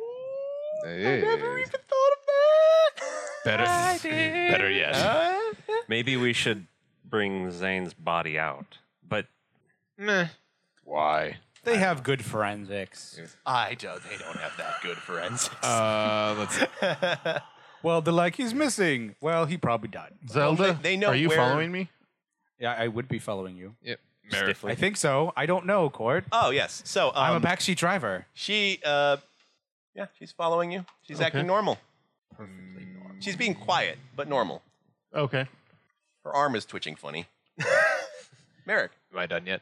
Speaker 4: Hey.
Speaker 2: I never even thought of that. (laughs) Uh,
Speaker 4: better, better yes.
Speaker 6: maybe we should bring Zane's body out. But
Speaker 4: Why?
Speaker 5: They have good forensics.
Speaker 2: I don't. They don't have that good forensics.
Speaker 4: Uh, let's.
Speaker 5: Well, they're like he's missing. Well, he probably died.
Speaker 1: Zelda,
Speaker 2: they- they know
Speaker 1: are you
Speaker 2: where-
Speaker 1: following me?
Speaker 5: Yeah, I would be following you.
Speaker 4: Yep. Merrick.
Speaker 5: I think so. I don't know, Court.
Speaker 2: oh yes. So um,
Speaker 5: I'm a backseat driver.
Speaker 2: She, uh, yeah, she's following you. She's acting normal. Perfectly normal. She's being quiet but normal.
Speaker 1: Okay.
Speaker 2: Her arm is twitching funny. Merrick,
Speaker 4: Am I done yet?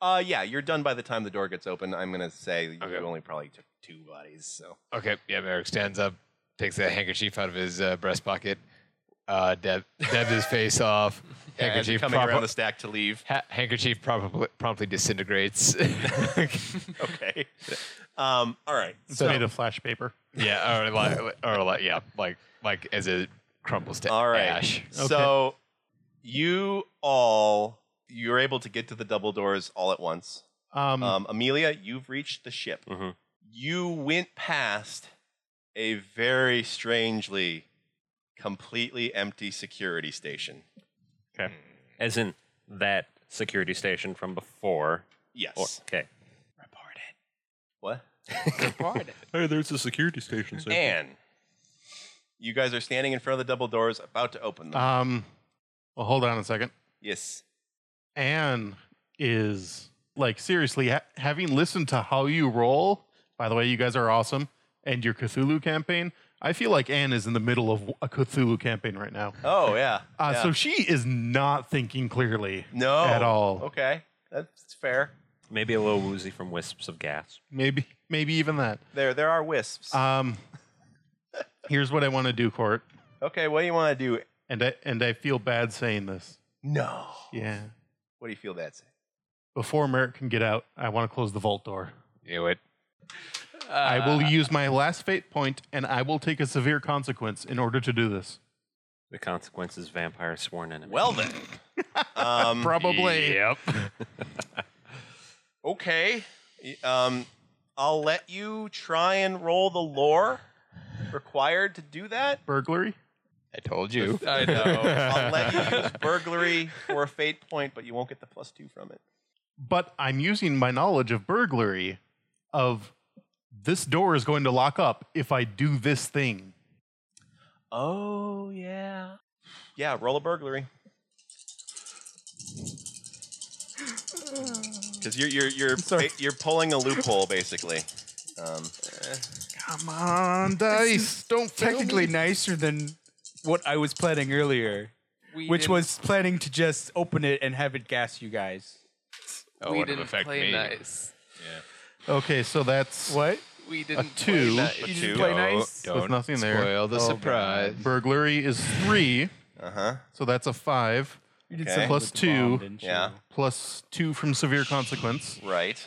Speaker 2: uh, yeah, you're done by the time the door gets open. I'm gonna say that
Speaker 4: Okay.
Speaker 2: you only probably took two bodies. So
Speaker 4: Okay. Yeah. Merrick stands up, takes a handkerchief out of his uh, breast pocket, uh, Deb, Debs his face off.
Speaker 2: (laughs) Yeah, as you're
Speaker 4: handkerchief,
Speaker 2: coming around
Speaker 4: prob-
Speaker 2: the stack to
Speaker 4: (laughs)
Speaker 2: leave.
Speaker 4: ha- handkerchief probably
Speaker 2: (laughs)
Speaker 4: promptly disintegrates. (laughs)
Speaker 2: Okay. (laughs) Um, all right.
Speaker 1: It's made of flash paper.
Speaker 4: yeah, or like, or like, yeah, like like as it crumbles to
Speaker 2: All right.
Speaker 4: ash.
Speaker 2: So you all you're able to get to the double doors all at once.
Speaker 1: Um,
Speaker 2: Um, Amelia, you've reached the ship.
Speaker 1: Mm-hmm.
Speaker 6: Mhm.
Speaker 2: You went past a very strangely completely empty security station.
Speaker 6: As in that security station from before.
Speaker 2: Yes.
Speaker 6: Or, okay.
Speaker 2: What?
Speaker 6: Hey, there's a security station.
Speaker 2: And you guys are standing in front of the double doors about to open them.
Speaker 1: um, well, hold on a second.
Speaker 2: yes.
Speaker 1: Anne is like seriously ha- having listened to how you roll. By the way, you guys are awesome, and your Cthulhu campaign. I feel like Anne is in the middle of a Cthulhu campaign right now.
Speaker 2: Oh yeah.
Speaker 1: Uh,
Speaker 2: yeah.
Speaker 1: So she is not thinking clearly
Speaker 2: no
Speaker 1: at all.
Speaker 2: Okay. That's fair.
Speaker 6: Maybe a little woozy from wisps of gas.
Speaker 1: Maybe, maybe even that.
Speaker 2: There there are wisps.
Speaker 1: Um, (laughs) here's what I want to do, Court,
Speaker 2: okay, what do you want to do?
Speaker 1: and I and I feel bad saying this.
Speaker 2: No.
Speaker 1: Yeah.
Speaker 2: What do you feel that's?
Speaker 1: Before Merrick can get out, I want to close the vault door.
Speaker 4: Knew it.
Speaker 2: Uh.
Speaker 1: I will use my last fate point, and I will take a severe consequence in order to do this.
Speaker 6: The consequences, vampire sworn enemy.
Speaker 2: Well then. um,
Speaker 1: Probably.
Speaker 4: Yep.
Speaker 2: okay. Y- Um, I'll let you try and roll the lore required to do that.
Speaker 1: Burglary?
Speaker 4: (laughs) I told you.
Speaker 3: I
Speaker 5: (laughs)
Speaker 3: know.
Speaker 2: I'll let (laughs) you use burglary for a fate point, but you won't get the plus two from it.
Speaker 1: But I'm using my knowledge of burglary of this door is going to lock up if I do this thing.
Speaker 2: Oh yeah. Yeah, roll a (gasps) burglary. Because you're you're you're
Speaker 1: sorry.
Speaker 2: you're pulling a loophole basically. Um,
Speaker 5: Come on,
Speaker 1: Dice, don't
Speaker 5: Technically nicer than what I was planning earlier,
Speaker 3: We
Speaker 5: which
Speaker 3: didn't-
Speaker 5: was planning to just open it and have it gas you guys.
Speaker 4: Oh,
Speaker 3: we
Speaker 4: wouldn't
Speaker 3: didn't
Speaker 4: affect
Speaker 3: play
Speaker 4: me.
Speaker 3: nice.
Speaker 1: Okay, so that's
Speaker 5: What?
Speaker 3: We didn't
Speaker 1: two.
Speaker 3: Play nice.
Speaker 2: A
Speaker 5: You
Speaker 2: two.
Speaker 5: just play nice?
Speaker 4: Don't
Speaker 1: With nothing there.
Speaker 4: spoil the
Speaker 5: Oh,
Speaker 4: surprise.
Speaker 1: burglary is three,
Speaker 2: uh huh.
Speaker 1: so that's a five,
Speaker 5: You did
Speaker 2: Okay.
Speaker 5: something
Speaker 1: Plus
Speaker 5: with the
Speaker 1: two.
Speaker 5: bomb, didn't you?
Speaker 2: Yeah.
Speaker 1: plus two from severe consequence.
Speaker 2: Right.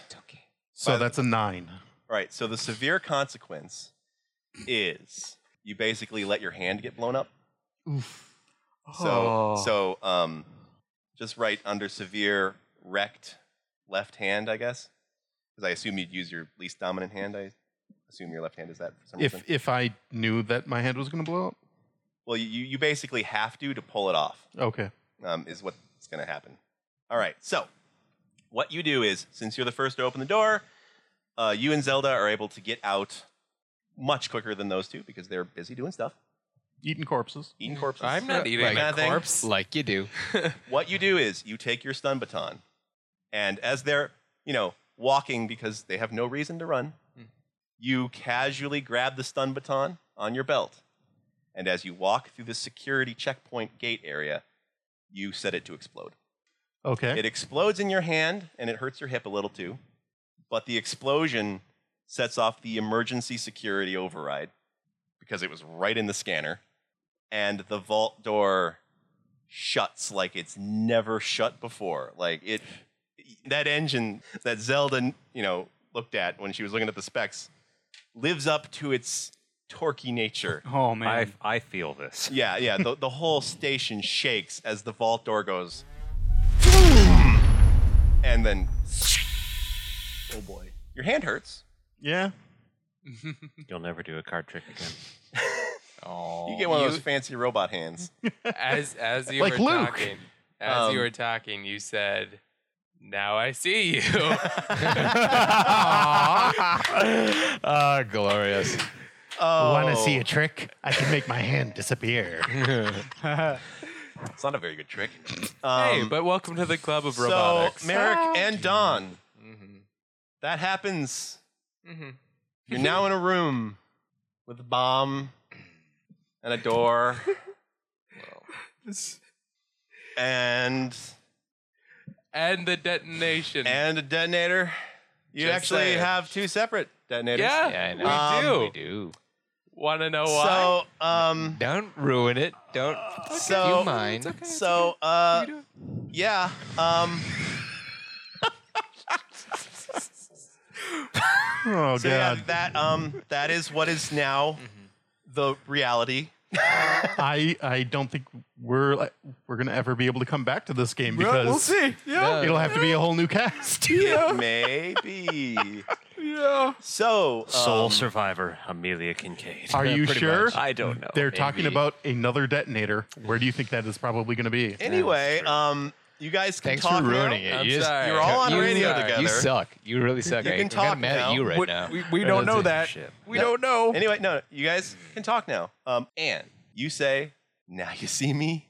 Speaker 1: So
Speaker 2: By the-
Speaker 1: that's a nine.
Speaker 2: All right. So the severe consequence is you basically let your hand get blown up. So
Speaker 5: Oh.
Speaker 2: so um, just right under severe wrecked left hand, I guess, because I assume you'd use your least dominant hand. I assume your left hand is that for some
Speaker 1: If
Speaker 2: reason.
Speaker 1: if I knew that my hand was going to blow up.
Speaker 2: Well, you you basically have to to pull it off.
Speaker 1: Okay.
Speaker 2: um, is what's going to happen. All right. So, what you do is, since you're the first to open the door, uh, you and Zelda are able to get out much quicker than those two because they're busy doing stuff,
Speaker 1: Eating corpses.
Speaker 2: eating corpses.
Speaker 3: Mm, I'm not eating
Speaker 4: Like
Speaker 3: a
Speaker 2: nothing.
Speaker 3: corpse.
Speaker 4: Like you do.
Speaker 2: What you do is, you take your stun baton, and as they're, you know, walking because they have no reason to run,
Speaker 3: Hmm.
Speaker 2: you casually grab the stun baton on your belt, and as you walk through the security checkpoint gate area, you set it to explode.
Speaker 1: Okay.
Speaker 2: It explodes in your hand and it hurts your hip a little too. But the explosion sets off the emergency security override because it was right in the scanner. And the vault door shuts like it's never shut before. Like it, that engine that Zelda, you know, looked at when she was looking at the specs lives up to its torquey nature.
Speaker 5: Oh man.
Speaker 6: I, I feel this.
Speaker 2: Yeah, yeah. The, the whole station shakes as the vault door goes. And then. Oh boy. Your hand hurts.
Speaker 1: Yeah.
Speaker 6: You'll never do a card trick again.
Speaker 2: You get one of those fancy robot hands.
Speaker 3: As as you
Speaker 1: Like
Speaker 3: were
Speaker 1: Luke.
Speaker 3: talking, as
Speaker 2: Um,
Speaker 3: you were talking, you said, "Now I see you."
Speaker 4: Ah, glorious.
Speaker 2: Oh.
Speaker 1: Want to see a trick? I can make my hand
Speaker 4: (laughs)
Speaker 1: disappear.
Speaker 2: It's not a very good trick.
Speaker 3: hey,
Speaker 2: Um,
Speaker 3: but welcome to the club of
Speaker 2: so,
Speaker 3: robotics.
Speaker 2: Merrick and Don,
Speaker 3: mm-hmm.
Speaker 2: that happens. Mm-hmm.
Speaker 3: Mhm.
Speaker 2: You're now in a room with a bomb and a door. (laughs) And
Speaker 3: And the detonation.
Speaker 2: and a detonator. You
Speaker 3: Just
Speaker 2: actually
Speaker 3: saying.
Speaker 2: have two separate detonators.
Speaker 3: yeah,
Speaker 4: Yeah, I know.
Speaker 3: we
Speaker 2: Um,
Speaker 3: do.
Speaker 4: do.
Speaker 3: Want to know why?
Speaker 2: So, um,
Speaker 4: Don't ruin it. Don't.
Speaker 2: so-
Speaker 4: you mind?
Speaker 2: so, uh, yeah, um,
Speaker 1: Oh
Speaker 2: so yeah,
Speaker 1: god,
Speaker 2: that, um, that is what is now the reality.
Speaker 1: I I don't think we're like, we're gonna ever be able to come back to this game because
Speaker 5: we'll see. Yeah.
Speaker 1: it'll have to be a whole new cast.
Speaker 2: Maybe.
Speaker 5: Yeah.
Speaker 2: So,
Speaker 6: Soul
Speaker 2: um,
Speaker 6: survivor Amelia Kincaid.
Speaker 1: (laughs) (laughs) Are you
Speaker 4: Pretty
Speaker 1: sure?
Speaker 4: much.
Speaker 6: I don't know.
Speaker 1: They're talking
Speaker 6: maybe.
Speaker 1: about another detonator. Where do you think that is probably going to be?
Speaker 2: anyway, um, you guys can
Speaker 4: Thanks
Speaker 2: talk
Speaker 4: for ruining
Speaker 2: now.
Speaker 4: it.
Speaker 3: I'm
Speaker 4: you just-
Speaker 3: sorry.
Speaker 2: You're all on
Speaker 4: you,
Speaker 2: radio
Speaker 4: suck.
Speaker 2: together.
Speaker 4: You suck. You really suck.
Speaker 2: You
Speaker 4: I-
Speaker 2: can
Speaker 4: I'm
Speaker 2: talk
Speaker 4: kinda mad
Speaker 2: now.
Speaker 4: at you right
Speaker 5: We,
Speaker 4: now.
Speaker 5: we, we don't know that.
Speaker 6: Shit.
Speaker 5: We don't know.
Speaker 2: Anyway, no, no, you guys can talk now. Um, and you say, "Now you see me,"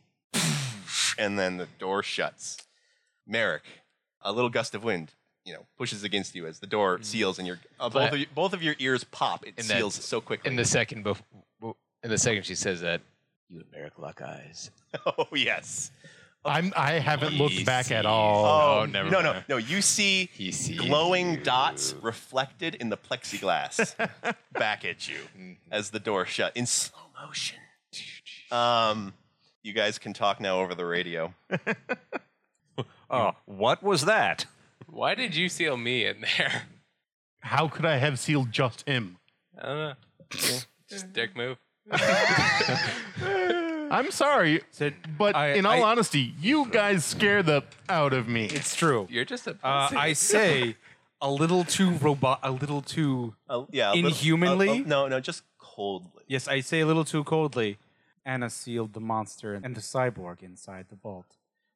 Speaker 2: and then the door shuts. Merrick, a little gust of wind, you know, pushes against you as the door seals, and your uh, both
Speaker 4: Mm-hmm. But-
Speaker 2: of you, both of your ears pop. It
Speaker 4: And
Speaker 2: seals
Speaker 4: that's-
Speaker 2: so quickly.
Speaker 4: In the second bef- w- in the second she says that, you and Merrick lock eyes.
Speaker 2: (laughs) oh yes.
Speaker 1: I'm I haven't looked back at
Speaker 4: Oh,
Speaker 1: all.
Speaker 4: never
Speaker 2: no, no,
Speaker 4: mind.
Speaker 2: no. You see
Speaker 4: He sees
Speaker 2: glowing
Speaker 4: you.
Speaker 2: dots reflected in the
Speaker 4: (laughs)
Speaker 2: plexiglass back at you
Speaker 4: Mm-hmm.
Speaker 2: as the door shut in slow motion. Um, you guys can talk now over the radio.
Speaker 6: Oh, what was that?
Speaker 3: why did you seal me in there?
Speaker 1: How could I have sealed just him?
Speaker 3: I don't know. Just dick move.
Speaker 1: I'm sorry, but
Speaker 5: I-
Speaker 1: in all
Speaker 5: I-
Speaker 1: honesty, you guys scare the out of me.
Speaker 5: It's true.
Speaker 3: You're just a.
Speaker 5: Uh,
Speaker 3: pussy.
Speaker 5: I say a little too robot, a little too.
Speaker 2: Uh, yeah, a little-
Speaker 5: Inhumanly?
Speaker 2: uh, uh, no, no, just coldly.
Speaker 5: Yes, I say a little too coldly. Anna sealed the monster and the cyborg inside the vault.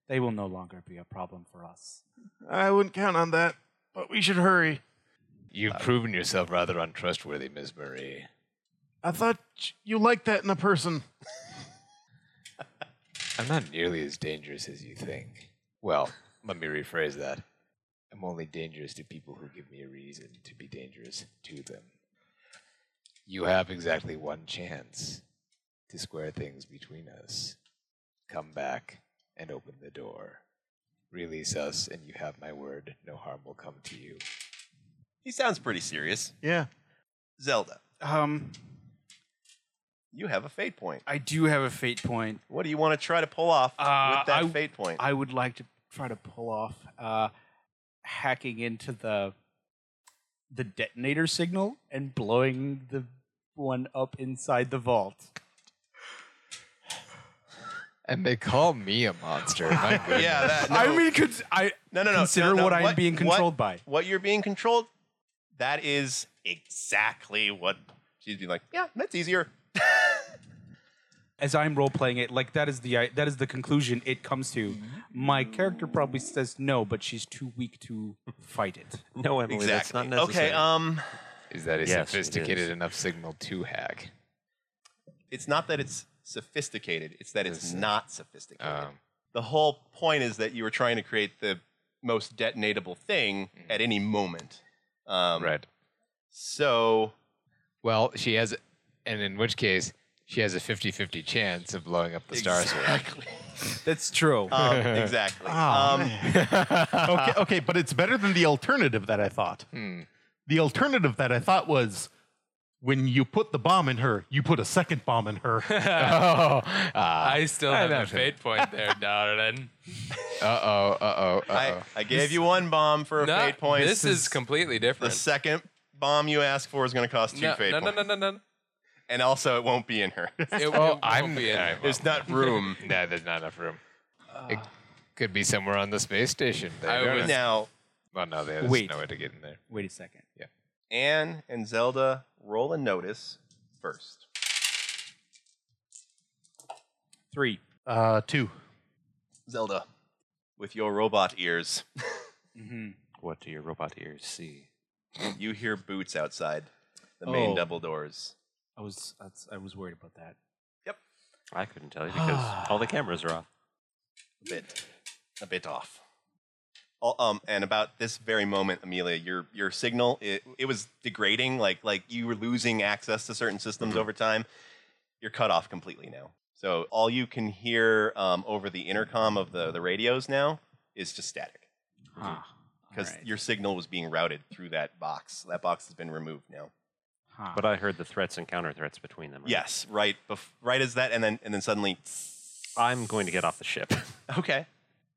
Speaker 5: They will no longer be a problem for us.
Speaker 1: I wouldn't count on that, but we should hurry.
Speaker 4: (laughs) You've proven yourself rather untrustworthy, Miss Marie.
Speaker 1: I thought you liked that in a person.
Speaker 4: I'm not nearly as dangerous as you think. Well, let me rephrase that. I'm only dangerous to people who give me a reason to be dangerous to them. You have exactly one chance to square things between us. Come back and open the door. Release us, and you have my word. No harm will come to you.
Speaker 2: He sounds pretty serious.
Speaker 1: Yeah.
Speaker 2: Zelda,
Speaker 5: Um,
Speaker 2: you have a fate point.
Speaker 5: I do have a fate point.
Speaker 2: What do you want to try to pull off
Speaker 5: Uh,
Speaker 2: with that
Speaker 5: I-
Speaker 2: fate point?
Speaker 5: (laughs) I would like to try to pull off uh, hacking into the the detonator signal and blowing the one up inside the vault.
Speaker 4: And they call me a monster.
Speaker 3: (laughs)
Speaker 4: My goodness.
Speaker 2: yeah, that. No,
Speaker 5: I mean, could I
Speaker 2: no, no, no.
Speaker 5: consider
Speaker 2: no, no,
Speaker 5: what I'm being controlled
Speaker 2: what,
Speaker 5: by.
Speaker 2: What you're being controlled? That is exactly what she'd be like. Yeah, that's easier.
Speaker 5: as I'm role playing it, like that is the I that is the conclusion it comes to. My character probably says no, but she's too weak to fight it.
Speaker 6: No, Emily, that's not
Speaker 2: exactly.
Speaker 6: necessary.
Speaker 2: okay. Um,
Speaker 4: Is that a
Speaker 6: Yes, it
Speaker 4: sophisticated
Speaker 6: is.
Speaker 4: enough signal to hack?
Speaker 2: it's not that it's sophisticated. It's that it's
Speaker 4: It's-
Speaker 2: not sophisticated.
Speaker 4: Um,
Speaker 2: the whole point is that you were trying to create the most detonatable thing at any moment. Um,
Speaker 4: right.
Speaker 2: So
Speaker 4: Well, she has, and in which case, she has a 50 50 chance of blowing up the stars. (laughs)
Speaker 2: Exactly.
Speaker 5: (laughs) That's true. (laughs) Oh,
Speaker 2: um, exactly.
Speaker 1: Ah,
Speaker 2: um,
Speaker 1: okay, (laughs) okay, but it's better than the alternative that I thought.
Speaker 5: Hmm.
Speaker 1: The alternative that I thought was when you put the bomb in her, you put a second bomb in
Speaker 5: (laughs)
Speaker 1: her.
Speaker 4: Oh,
Speaker 3: I still have
Speaker 4: know.
Speaker 3: a fate point there, darling.
Speaker 4: uh oh, uh oh,
Speaker 2: I,
Speaker 4: uh oh.
Speaker 2: I gave you one bomb for a
Speaker 3: No,
Speaker 2: fate point.
Speaker 3: This is completely
Speaker 2: the
Speaker 3: different.
Speaker 2: second bomb you ask for is going to cost two
Speaker 3: no,
Speaker 2: fate
Speaker 3: no, no,
Speaker 2: points,
Speaker 3: no, no, no, no.
Speaker 2: and also it won't be in
Speaker 3: (laughs)
Speaker 2: her.
Speaker 3: It, it
Speaker 4: Oh,
Speaker 3: won't
Speaker 4: I'm.
Speaker 3: be in
Speaker 4: all
Speaker 3: there.
Speaker 4: right, well,
Speaker 2: (laughs) There's not room
Speaker 4: no, there's not enough room. It could be somewhere on the space station. They
Speaker 3: (laughs) I
Speaker 4: don't
Speaker 3: was-
Speaker 4: know.
Speaker 2: now.
Speaker 4: Well, no, there's
Speaker 5: Wait.
Speaker 4: no way to get in there.
Speaker 5: Wait a second.
Speaker 2: Anne and Zelda roll a notice first.
Speaker 5: Three.
Speaker 1: Uh, two.
Speaker 2: Zelda, with your robot ears,
Speaker 6: What do your robot ears see?
Speaker 2: you hear boots outside the main
Speaker 5: Oh.
Speaker 2: double doors.
Speaker 5: I was that's, I was worried about that.
Speaker 6: I couldn't tell you because all the cameras are off.
Speaker 2: a bit, a bit off. All, um, and about this very moment, Amelia, your your signal it, it was degrading. Like like you were losing access to certain systems over time. You're cut off completely now. So all you can hear um, over the intercom of the the radios now is just static
Speaker 5: Huh.
Speaker 2: because
Speaker 5: Alright.
Speaker 2: your signal was being routed through that box. That box has been removed now.
Speaker 5: Huh.
Speaker 6: But I heard the threats and counter threats between them. right?
Speaker 2: Yes, right. Bef- right as that, and then and then suddenly,
Speaker 6: I'm going to get off the ship. (laughs)
Speaker 2: okay. (laughs)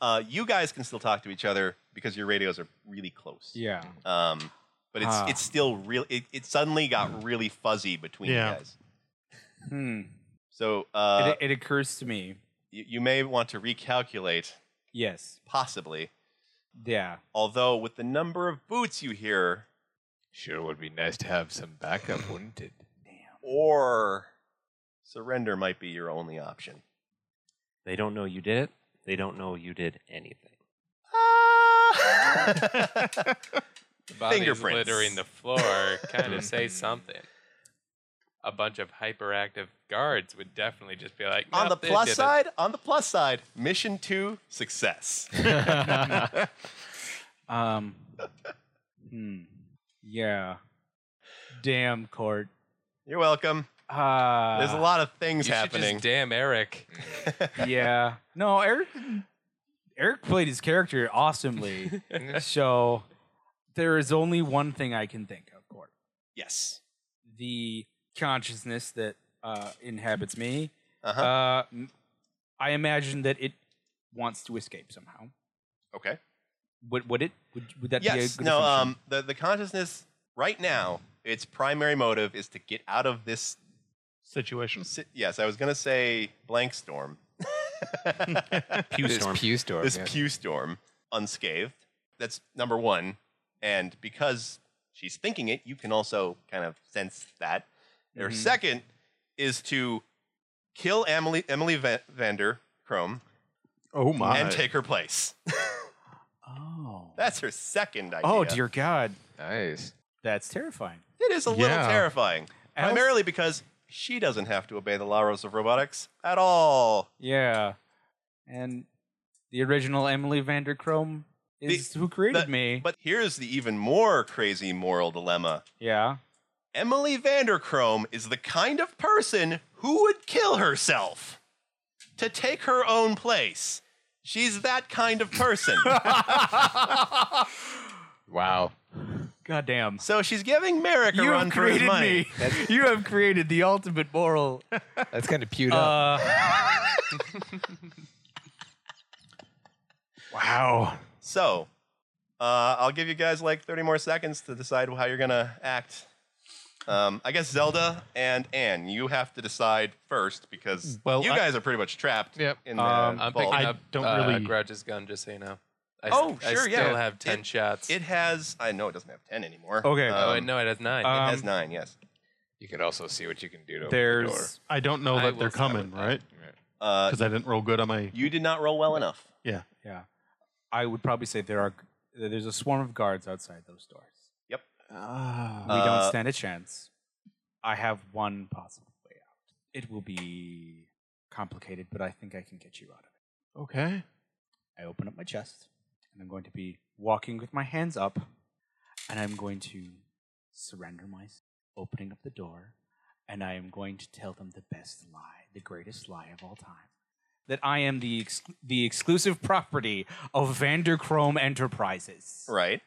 Speaker 2: uh, you guys can still talk to each other because your radios are really close.
Speaker 5: yeah.
Speaker 2: Um, but it's
Speaker 5: Ah.
Speaker 2: it's still real. It, it suddenly got really fuzzy between
Speaker 1: Yeah.
Speaker 2: you guys.
Speaker 5: Hmm.
Speaker 2: So uh,
Speaker 5: it, it occurs to me.
Speaker 2: you, you may want to recalculate,
Speaker 5: Yes.
Speaker 2: possibly.
Speaker 5: Yeah.
Speaker 2: Although with the number of boots you hear,
Speaker 4: Sure would be nice to have some backup, wouldn't it? (laughs)
Speaker 2: or surrender might be your only option.
Speaker 6: they don't know you did it. They don't know you did anything.
Speaker 3: The body's
Speaker 2: Fingerprints.
Speaker 3: littering the floor.
Speaker 2: (laughs)
Speaker 3: kind of say something. A bunch of hyperactive guards would definitely just be like,
Speaker 2: on
Speaker 3: "Nope,
Speaker 2: the
Speaker 3: they
Speaker 2: plus
Speaker 3: did it."
Speaker 2: side, on the plus side, mission two success.
Speaker 5: (laughs) Um. hmm. Yeah. Damn court.
Speaker 2: You're welcome.
Speaker 5: Uh,
Speaker 2: There's a lot of things
Speaker 3: You should
Speaker 2: happening.
Speaker 3: just damn Eric.
Speaker 5: yeah. No, Eric. didn't- Eric played his character
Speaker 2: (laughs)
Speaker 5: awesomely. so there is only one thing I can think of, Court.
Speaker 2: yes.
Speaker 5: The consciousness that uh, inhabits me.
Speaker 2: Uh-huh.
Speaker 5: Uh, m- I imagine that it wants to escape somehow.
Speaker 2: okay.
Speaker 5: Would, would it? Would, would that Uh, be a
Speaker 2: Yes.
Speaker 5: good
Speaker 2: No.
Speaker 5: assumption?
Speaker 2: Um. The the consciousness right now, its primary motive is to get out of this.
Speaker 1: Situation.
Speaker 2: si- Yes, I was gonna say blank storm.
Speaker 6: Pew
Speaker 4: This
Speaker 6: storm.
Speaker 4: pew storm.
Speaker 2: this
Speaker 4: yeah.
Speaker 2: pew storm unscathed. That's number one. And because she's thinking it, you can also kind of sense that. Their
Speaker 5: Mhm.
Speaker 2: second is to kill Emily Emily Va- Vander Chrome
Speaker 1: Oh my!
Speaker 2: and take her place. (laughs)
Speaker 5: Oh.
Speaker 2: That's her second idea.
Speaker 5: oh dear God.
Speaker 4: nice.
Speaker 5: That's terrifying.
Speaker 2: It is a little
Speaker 1: Yeah.
Speaker 2: terrifying,
Speaker 5: And
Speaker 2: primarily because she doesn't have to obey the laws of robotics at all.
Speaker 5: Yeah. And the original Emily Vanderchrome is who created
Speaker 2: the-
Speaker 5: me.
Speaker 2: But here's the even more crazy moral dilemma.
Speaker 5: yeah.
Speaker 2: Emily Vanderchrome is the kind of person who would kill herself to take her own place. She's that kind of
Speaker 5: (laughs)
Speaker 2: person.
Speaker 4: Wow.
Speaker 5: Goddamn.
Speaker 2: so she's giving Merrick a
Speaker 5: You
Speaker 2: run
Speaker 5: have
Speaker 2: for his
Speaker 5: created
Speaker 2: money.
Speaker 5: me. you have created the ultimate moral.
Speaker 4: That's kind of pewed up.
Speaker 5: Uh,
Speaker 1: wow.
Speaker 2: So, uh, I'll give you guys like 30 more seconds to decide how you're gonna act. Um, I guess Zelda and Anne, you have to decide first because
Speaker 1: Well,
Speaker 2: you
Speaker 1: I-
Speaker 2: guys are pretty much trapped
Speaker 4: Yep.
Speaker 2: in the
Speaker 3: (laughs)
Speaker 5: Um,
Speaker 3: I'm
Speaker 2: vault.
Speaker 3: picking
Speaker 1: I
Speaker 3: up
Speaker 1: don't
Speaker 3: uh,
Speaker 1: really-
Speaker 3: Grudge's gun, just so you know. I, s-
Speaker 2: Oh,
Speaker 3: I
Speaker 2: sure,
Speaker 3: still
Speaker 2: yeah.
Speaker 3: have 10
Speaker 2: It-
Speaker 3: shots.
Speaker 2: It has. I know it doesn't have ten anymore.
Speaker 5: Okay.
Speaker 2: Um,
Speaker 3: oh, wait, no, it has nine.
Speaker 5: um,
Speaker 2: it has nine. Yes.
Speaker 4: You could also see what you can do to open the door.
Speaker 5: there's
Speaker 1: I don't know
Speaker 3: I
Speaker 1: that
Speaker 3: will
Speaker 1: they're
Speaker 3: start
Speaker 1: coming,
Speaker 3: with that.
Speaker 1: right?
Speaker 2: Uh,
Speaker 1: Because I didn't roll good on my.
Speaker 2: you did not roll well enough.
Speaker 5: yeah. I would probably say there are there's a swarm of guards outside those doors.
Speaker 2: Yep.
Speaker 5: Ah, we
Speaker 2: Uh,
Speaker 5: don't stand a chance. I have one possible way out. It will be complicated, but I think I can get you out of it.
Speaker 1: Okay.
Speaker 5: I open up my chest and I'm going to be walking with my hands up and I'm going to surrender my opening up the door and I am going to tell them the best lie, the greatest lie of all time. That I am the ex- the exclusive property of Vanderchrome Enterprises.
Speaker 2: Right.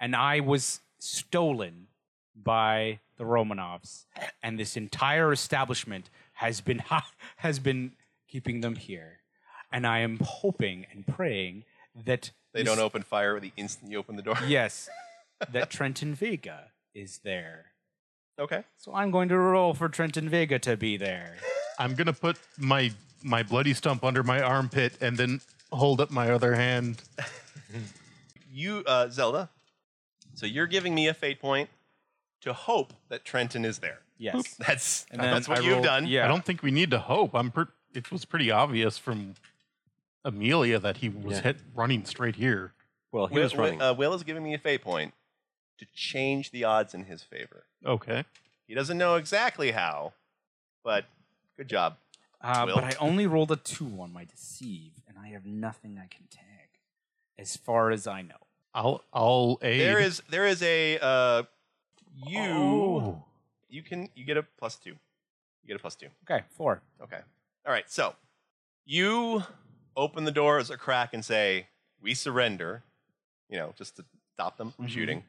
Speaker 5: And I was stolen by the Romanovs and this entire establishment has been (laughs) has been keeping them here and I am hoping and praying that
Speaker 2: They
Speaker 5: this-
Speaker 2: don't open fire the instant you open the door.
Speaker 5: Yes, that Trenton Vega is there.
Speaker 2: (laughs) Okay.
Speaker 5: So I'm going to roll for Trenton Vega to be there.
Speaker 1: I'm gonna put my my bloody stump under my armpit and then hold up my other hand.
Speaker 2: You, uh, Zelda. So you're giving me a fate point to hope that Trenton is there.
Speaker 5: Yes.
Speaker 2: That's
Speaker 5: And then
Speaker 2: that's what
Speaker 5: I
Speaker 2: you've
Speaker 5: rolled-
Speaker 2: done.
Speaker 5: Yeah.
Speaker 1: I don't think we need to hope. I'm. Per- it was pretty obvious from Amelia that he was
Speaker 6: Yeah.
Speaker 1: hit running straight here.
Speaker 6: Well, he
Speaker 2: Will,
Speaker 6: was running.
Speaker 2: Will, uh, Will is giving me a fate point to change the odds in his favor.
Speaker 1: Okay.
Speaker 2: He doesn't know exactly how, but good job.
Speaker 5: Uh,
Speaker 2: Will.
Speaker 5: but I only rolled a two on my deceive, and I have nothing I can tag, as far as I know.
Speaker 1: I'll I'll aid.
Speaker 2: There is there is a uh, you
Speaker 1: Oh.
Speaker 2: you can you get a plus two. You get a plus two.
Speaker 5: Okay, four.
Speaker 2: Okay. All right. So you open the door as a crack and say, "We surrender," you know, just to stop them from shooting.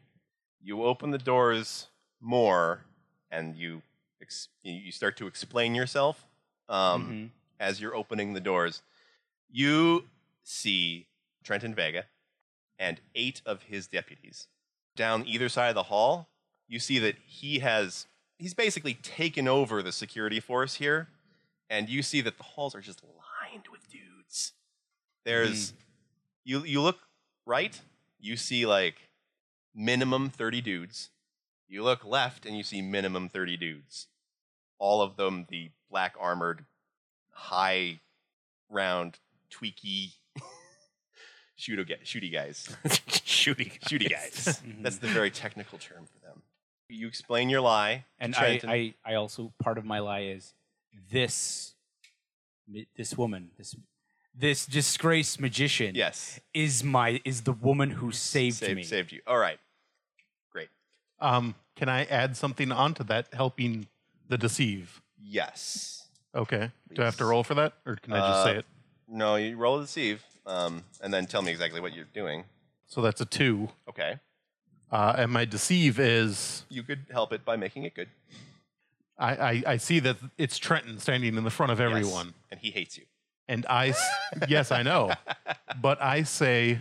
Speaker 2: You open the doors more and you ex- you start to explain yourself um, as you're opening the doors, you see Trenton Vega and eight of his deputies. Down either side of the hall, you see that he has he's basically taken over the security force here, and you see that the halls are just lined with dudes. There's you you look right, you see like minimum 30 dudes. You look left and you see minimum 30 dudes. All of them the black armored high round tweaky (laughs) shooto ga- shooty guys
Speaker 6: Shooting.
Speaker 2: shooty guys that's the very technical term for them you explain your lie to
Speaker 8: And I,
Speaker 2: Trenton.
Speaker 8: I, I also part of my lie is this this woman this this disgraced magician
Speaker 2: yes
Speaker 8: is my is the woman who saved, me.
Speaker 2: saved, saved you all right
Speaker 1: Um, can I add something onto that helping the deceive?
Speaker 2: yes
Speaker 1: Okay. Do I have to roll for that, or can I
Speaker 2: Uh,
Speaker 1: just say it?
Speaker 2: no you roll to deceive um, and then tell me exactly what you're doing
Speaker 1: So that's a two.
Speaker 2: okay
Speaker 1: Uh, and my deceive is
Speaker 2: you could help it by making it good
Speaker 1: I, I, I see that it's Trenton standing in the front of
Speaker 2: Yes.
Speaker 1: everyone.
Speaker 2: and he hates you
Speaker 1: And I, s- yes, I know. But I say,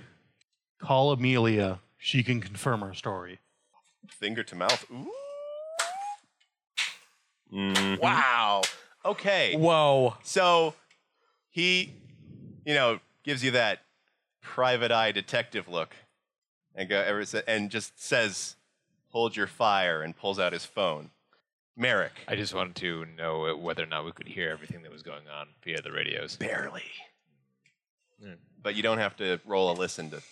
Speaker 1: call Amelia. She can confirm her story.
Speaker 2: finger to mouth Ooh.
Speaker 6: Mm,
Speaker 2: wow okay
Speaker 8: Whoa!
Speaker 2: So he, you know, gives you that private eye detective look, and go ever sa- and just says, "Hold your fire," and pulls out his phone. Merrick,
Speaker 4: I just wanted to know whether or not we could hear everything that was going on via the radios.
Speaker 2: barely,
Speaker 4: Hmm.
Speaker 2: but you don't have to roll a listen to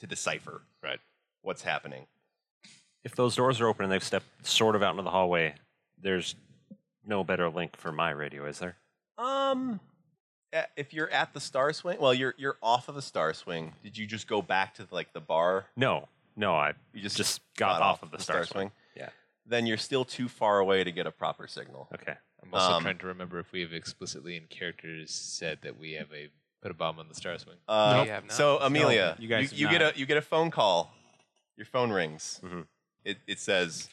Speaker 2: to decipher
Speaker 4: Right.
Speaker 2: what's happening.
Speaker 6: if those doors are open and they've stepped sort of out into the hallway, there's no better link for my radio, is there?
Speaker 2: Um, a- if you're at the star swing, well, you're you're off of the star swing. Did you just go back to like the bar?
Speaker 6: No, no, I
Speaker 2: You just
Speaker 6: just got, off of the, star, swing. Yeah.
Speaker 2: Then you're still too far away to get a proper signal.
Speaker 6: Okay.
Speaker 4: I'm also
Speaker 2: Um,
Speaker 4: trying to remember if we have explicitly in characters said that we have a put a bomb on the star swing.
Speaker 2: Uh,
Speaker 3: We have not.
Speaker 2: So Amelia,
Speaker 8: you guys
Speaker 2: you,
Speaker 8: have
Speaker 2: get a
Speaker 8: not.
Speaker 2: you get a phone call. Your phone rings.
Speaker 6: Mhm.
Speaker 2: It it says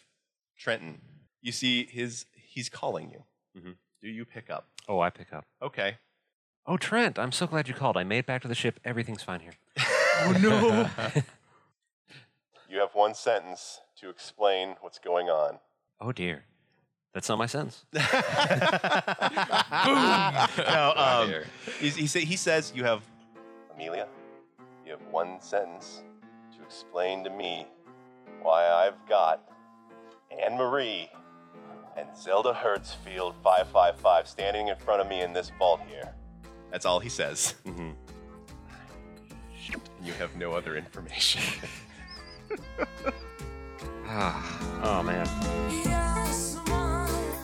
Speaker 2: Trenton. You see his he's calling you.
Speaker 6: Mhm.
Speaker 2: Do you pick up?
Speaker 6: Oh, I pick up.
Speaker 2: Okay.
Speaker 6: Oh, Trent, I'm so glad you called. I made it back to the ship. Everything's fine here.
Speaker 1: Oh no!
Speaker 2: You have one sentence to explain what's going on.
Speaker 6: (laughs) Oh, dear. That's not my sense.
Speaker 2: Boom. no,
Speaker 4: Outta
Speaker 2: um,
Speaker 4: here.
Speaker 2: he, he, say, he says you have Amelia. You have one sentence to explain to me why I've got Anne Marie and Zelda Hertzfield 555 standing in front of me in this vault here. That's all he says.
Speaker 6: Mm-hmm.
Speaker 2: You have no other information.
Speaker 6: oh, man.
Speaker 9: Your smile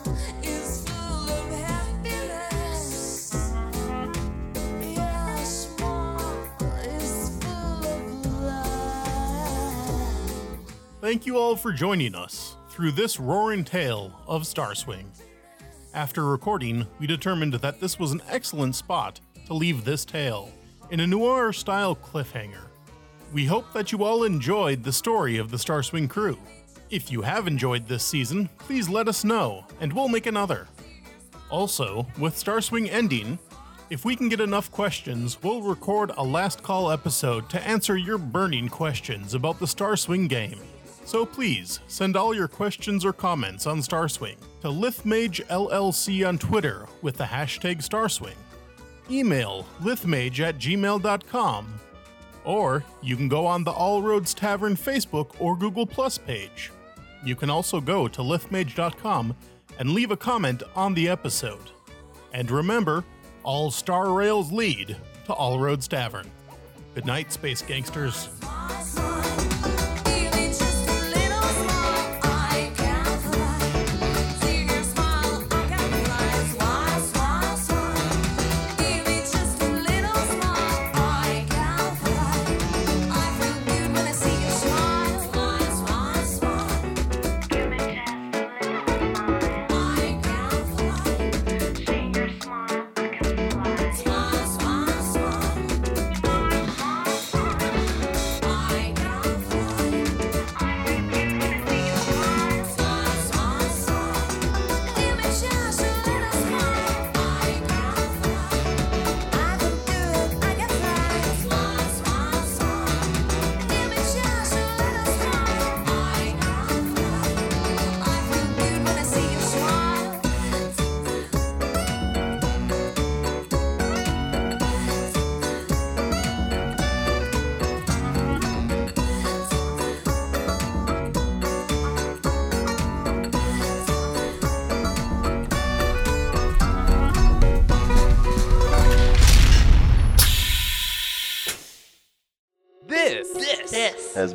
Speaker 9: is full of happiness. Your smile is full of love.
Speaker 1: Thank you all for joining us through this roaring tale of Starswing. After recording, we determined that this was an excellent spot to leave this tale in a noir style cliffhanger. We hope that you all enjoyed the story of the Starswing crew. If you have enjoyed this season, please let us know and we'll make another. Also, with Starswing ending, if we can get enough questions, we'll record a last call episode to answer your burning questions about the Star Swing game. So please send all your questions or comments on Star Swing to LithmageLLC on Twitter with the hashtag StarSwing. Email lithmage at gmail.com. Or you can go on the All Roads Tavern Facebook or Google Plus page. You can also go to lithmage.com and leave a comment on the episode. And remember, all star rails lead to All Roads Tavern. Good night, space gangsters.
Speaker 9: Even just a little smile, I can fly. See your smile, I can fly. Smile, smile, smile. Even just a little smile, I can fly. I feel good when I see you smile. Smile, smile, smile. Give me just a little smile, I can fly. See your smile, I can fly. Smile, smile, smile. Smile, smile, smile.
Speaker 2: has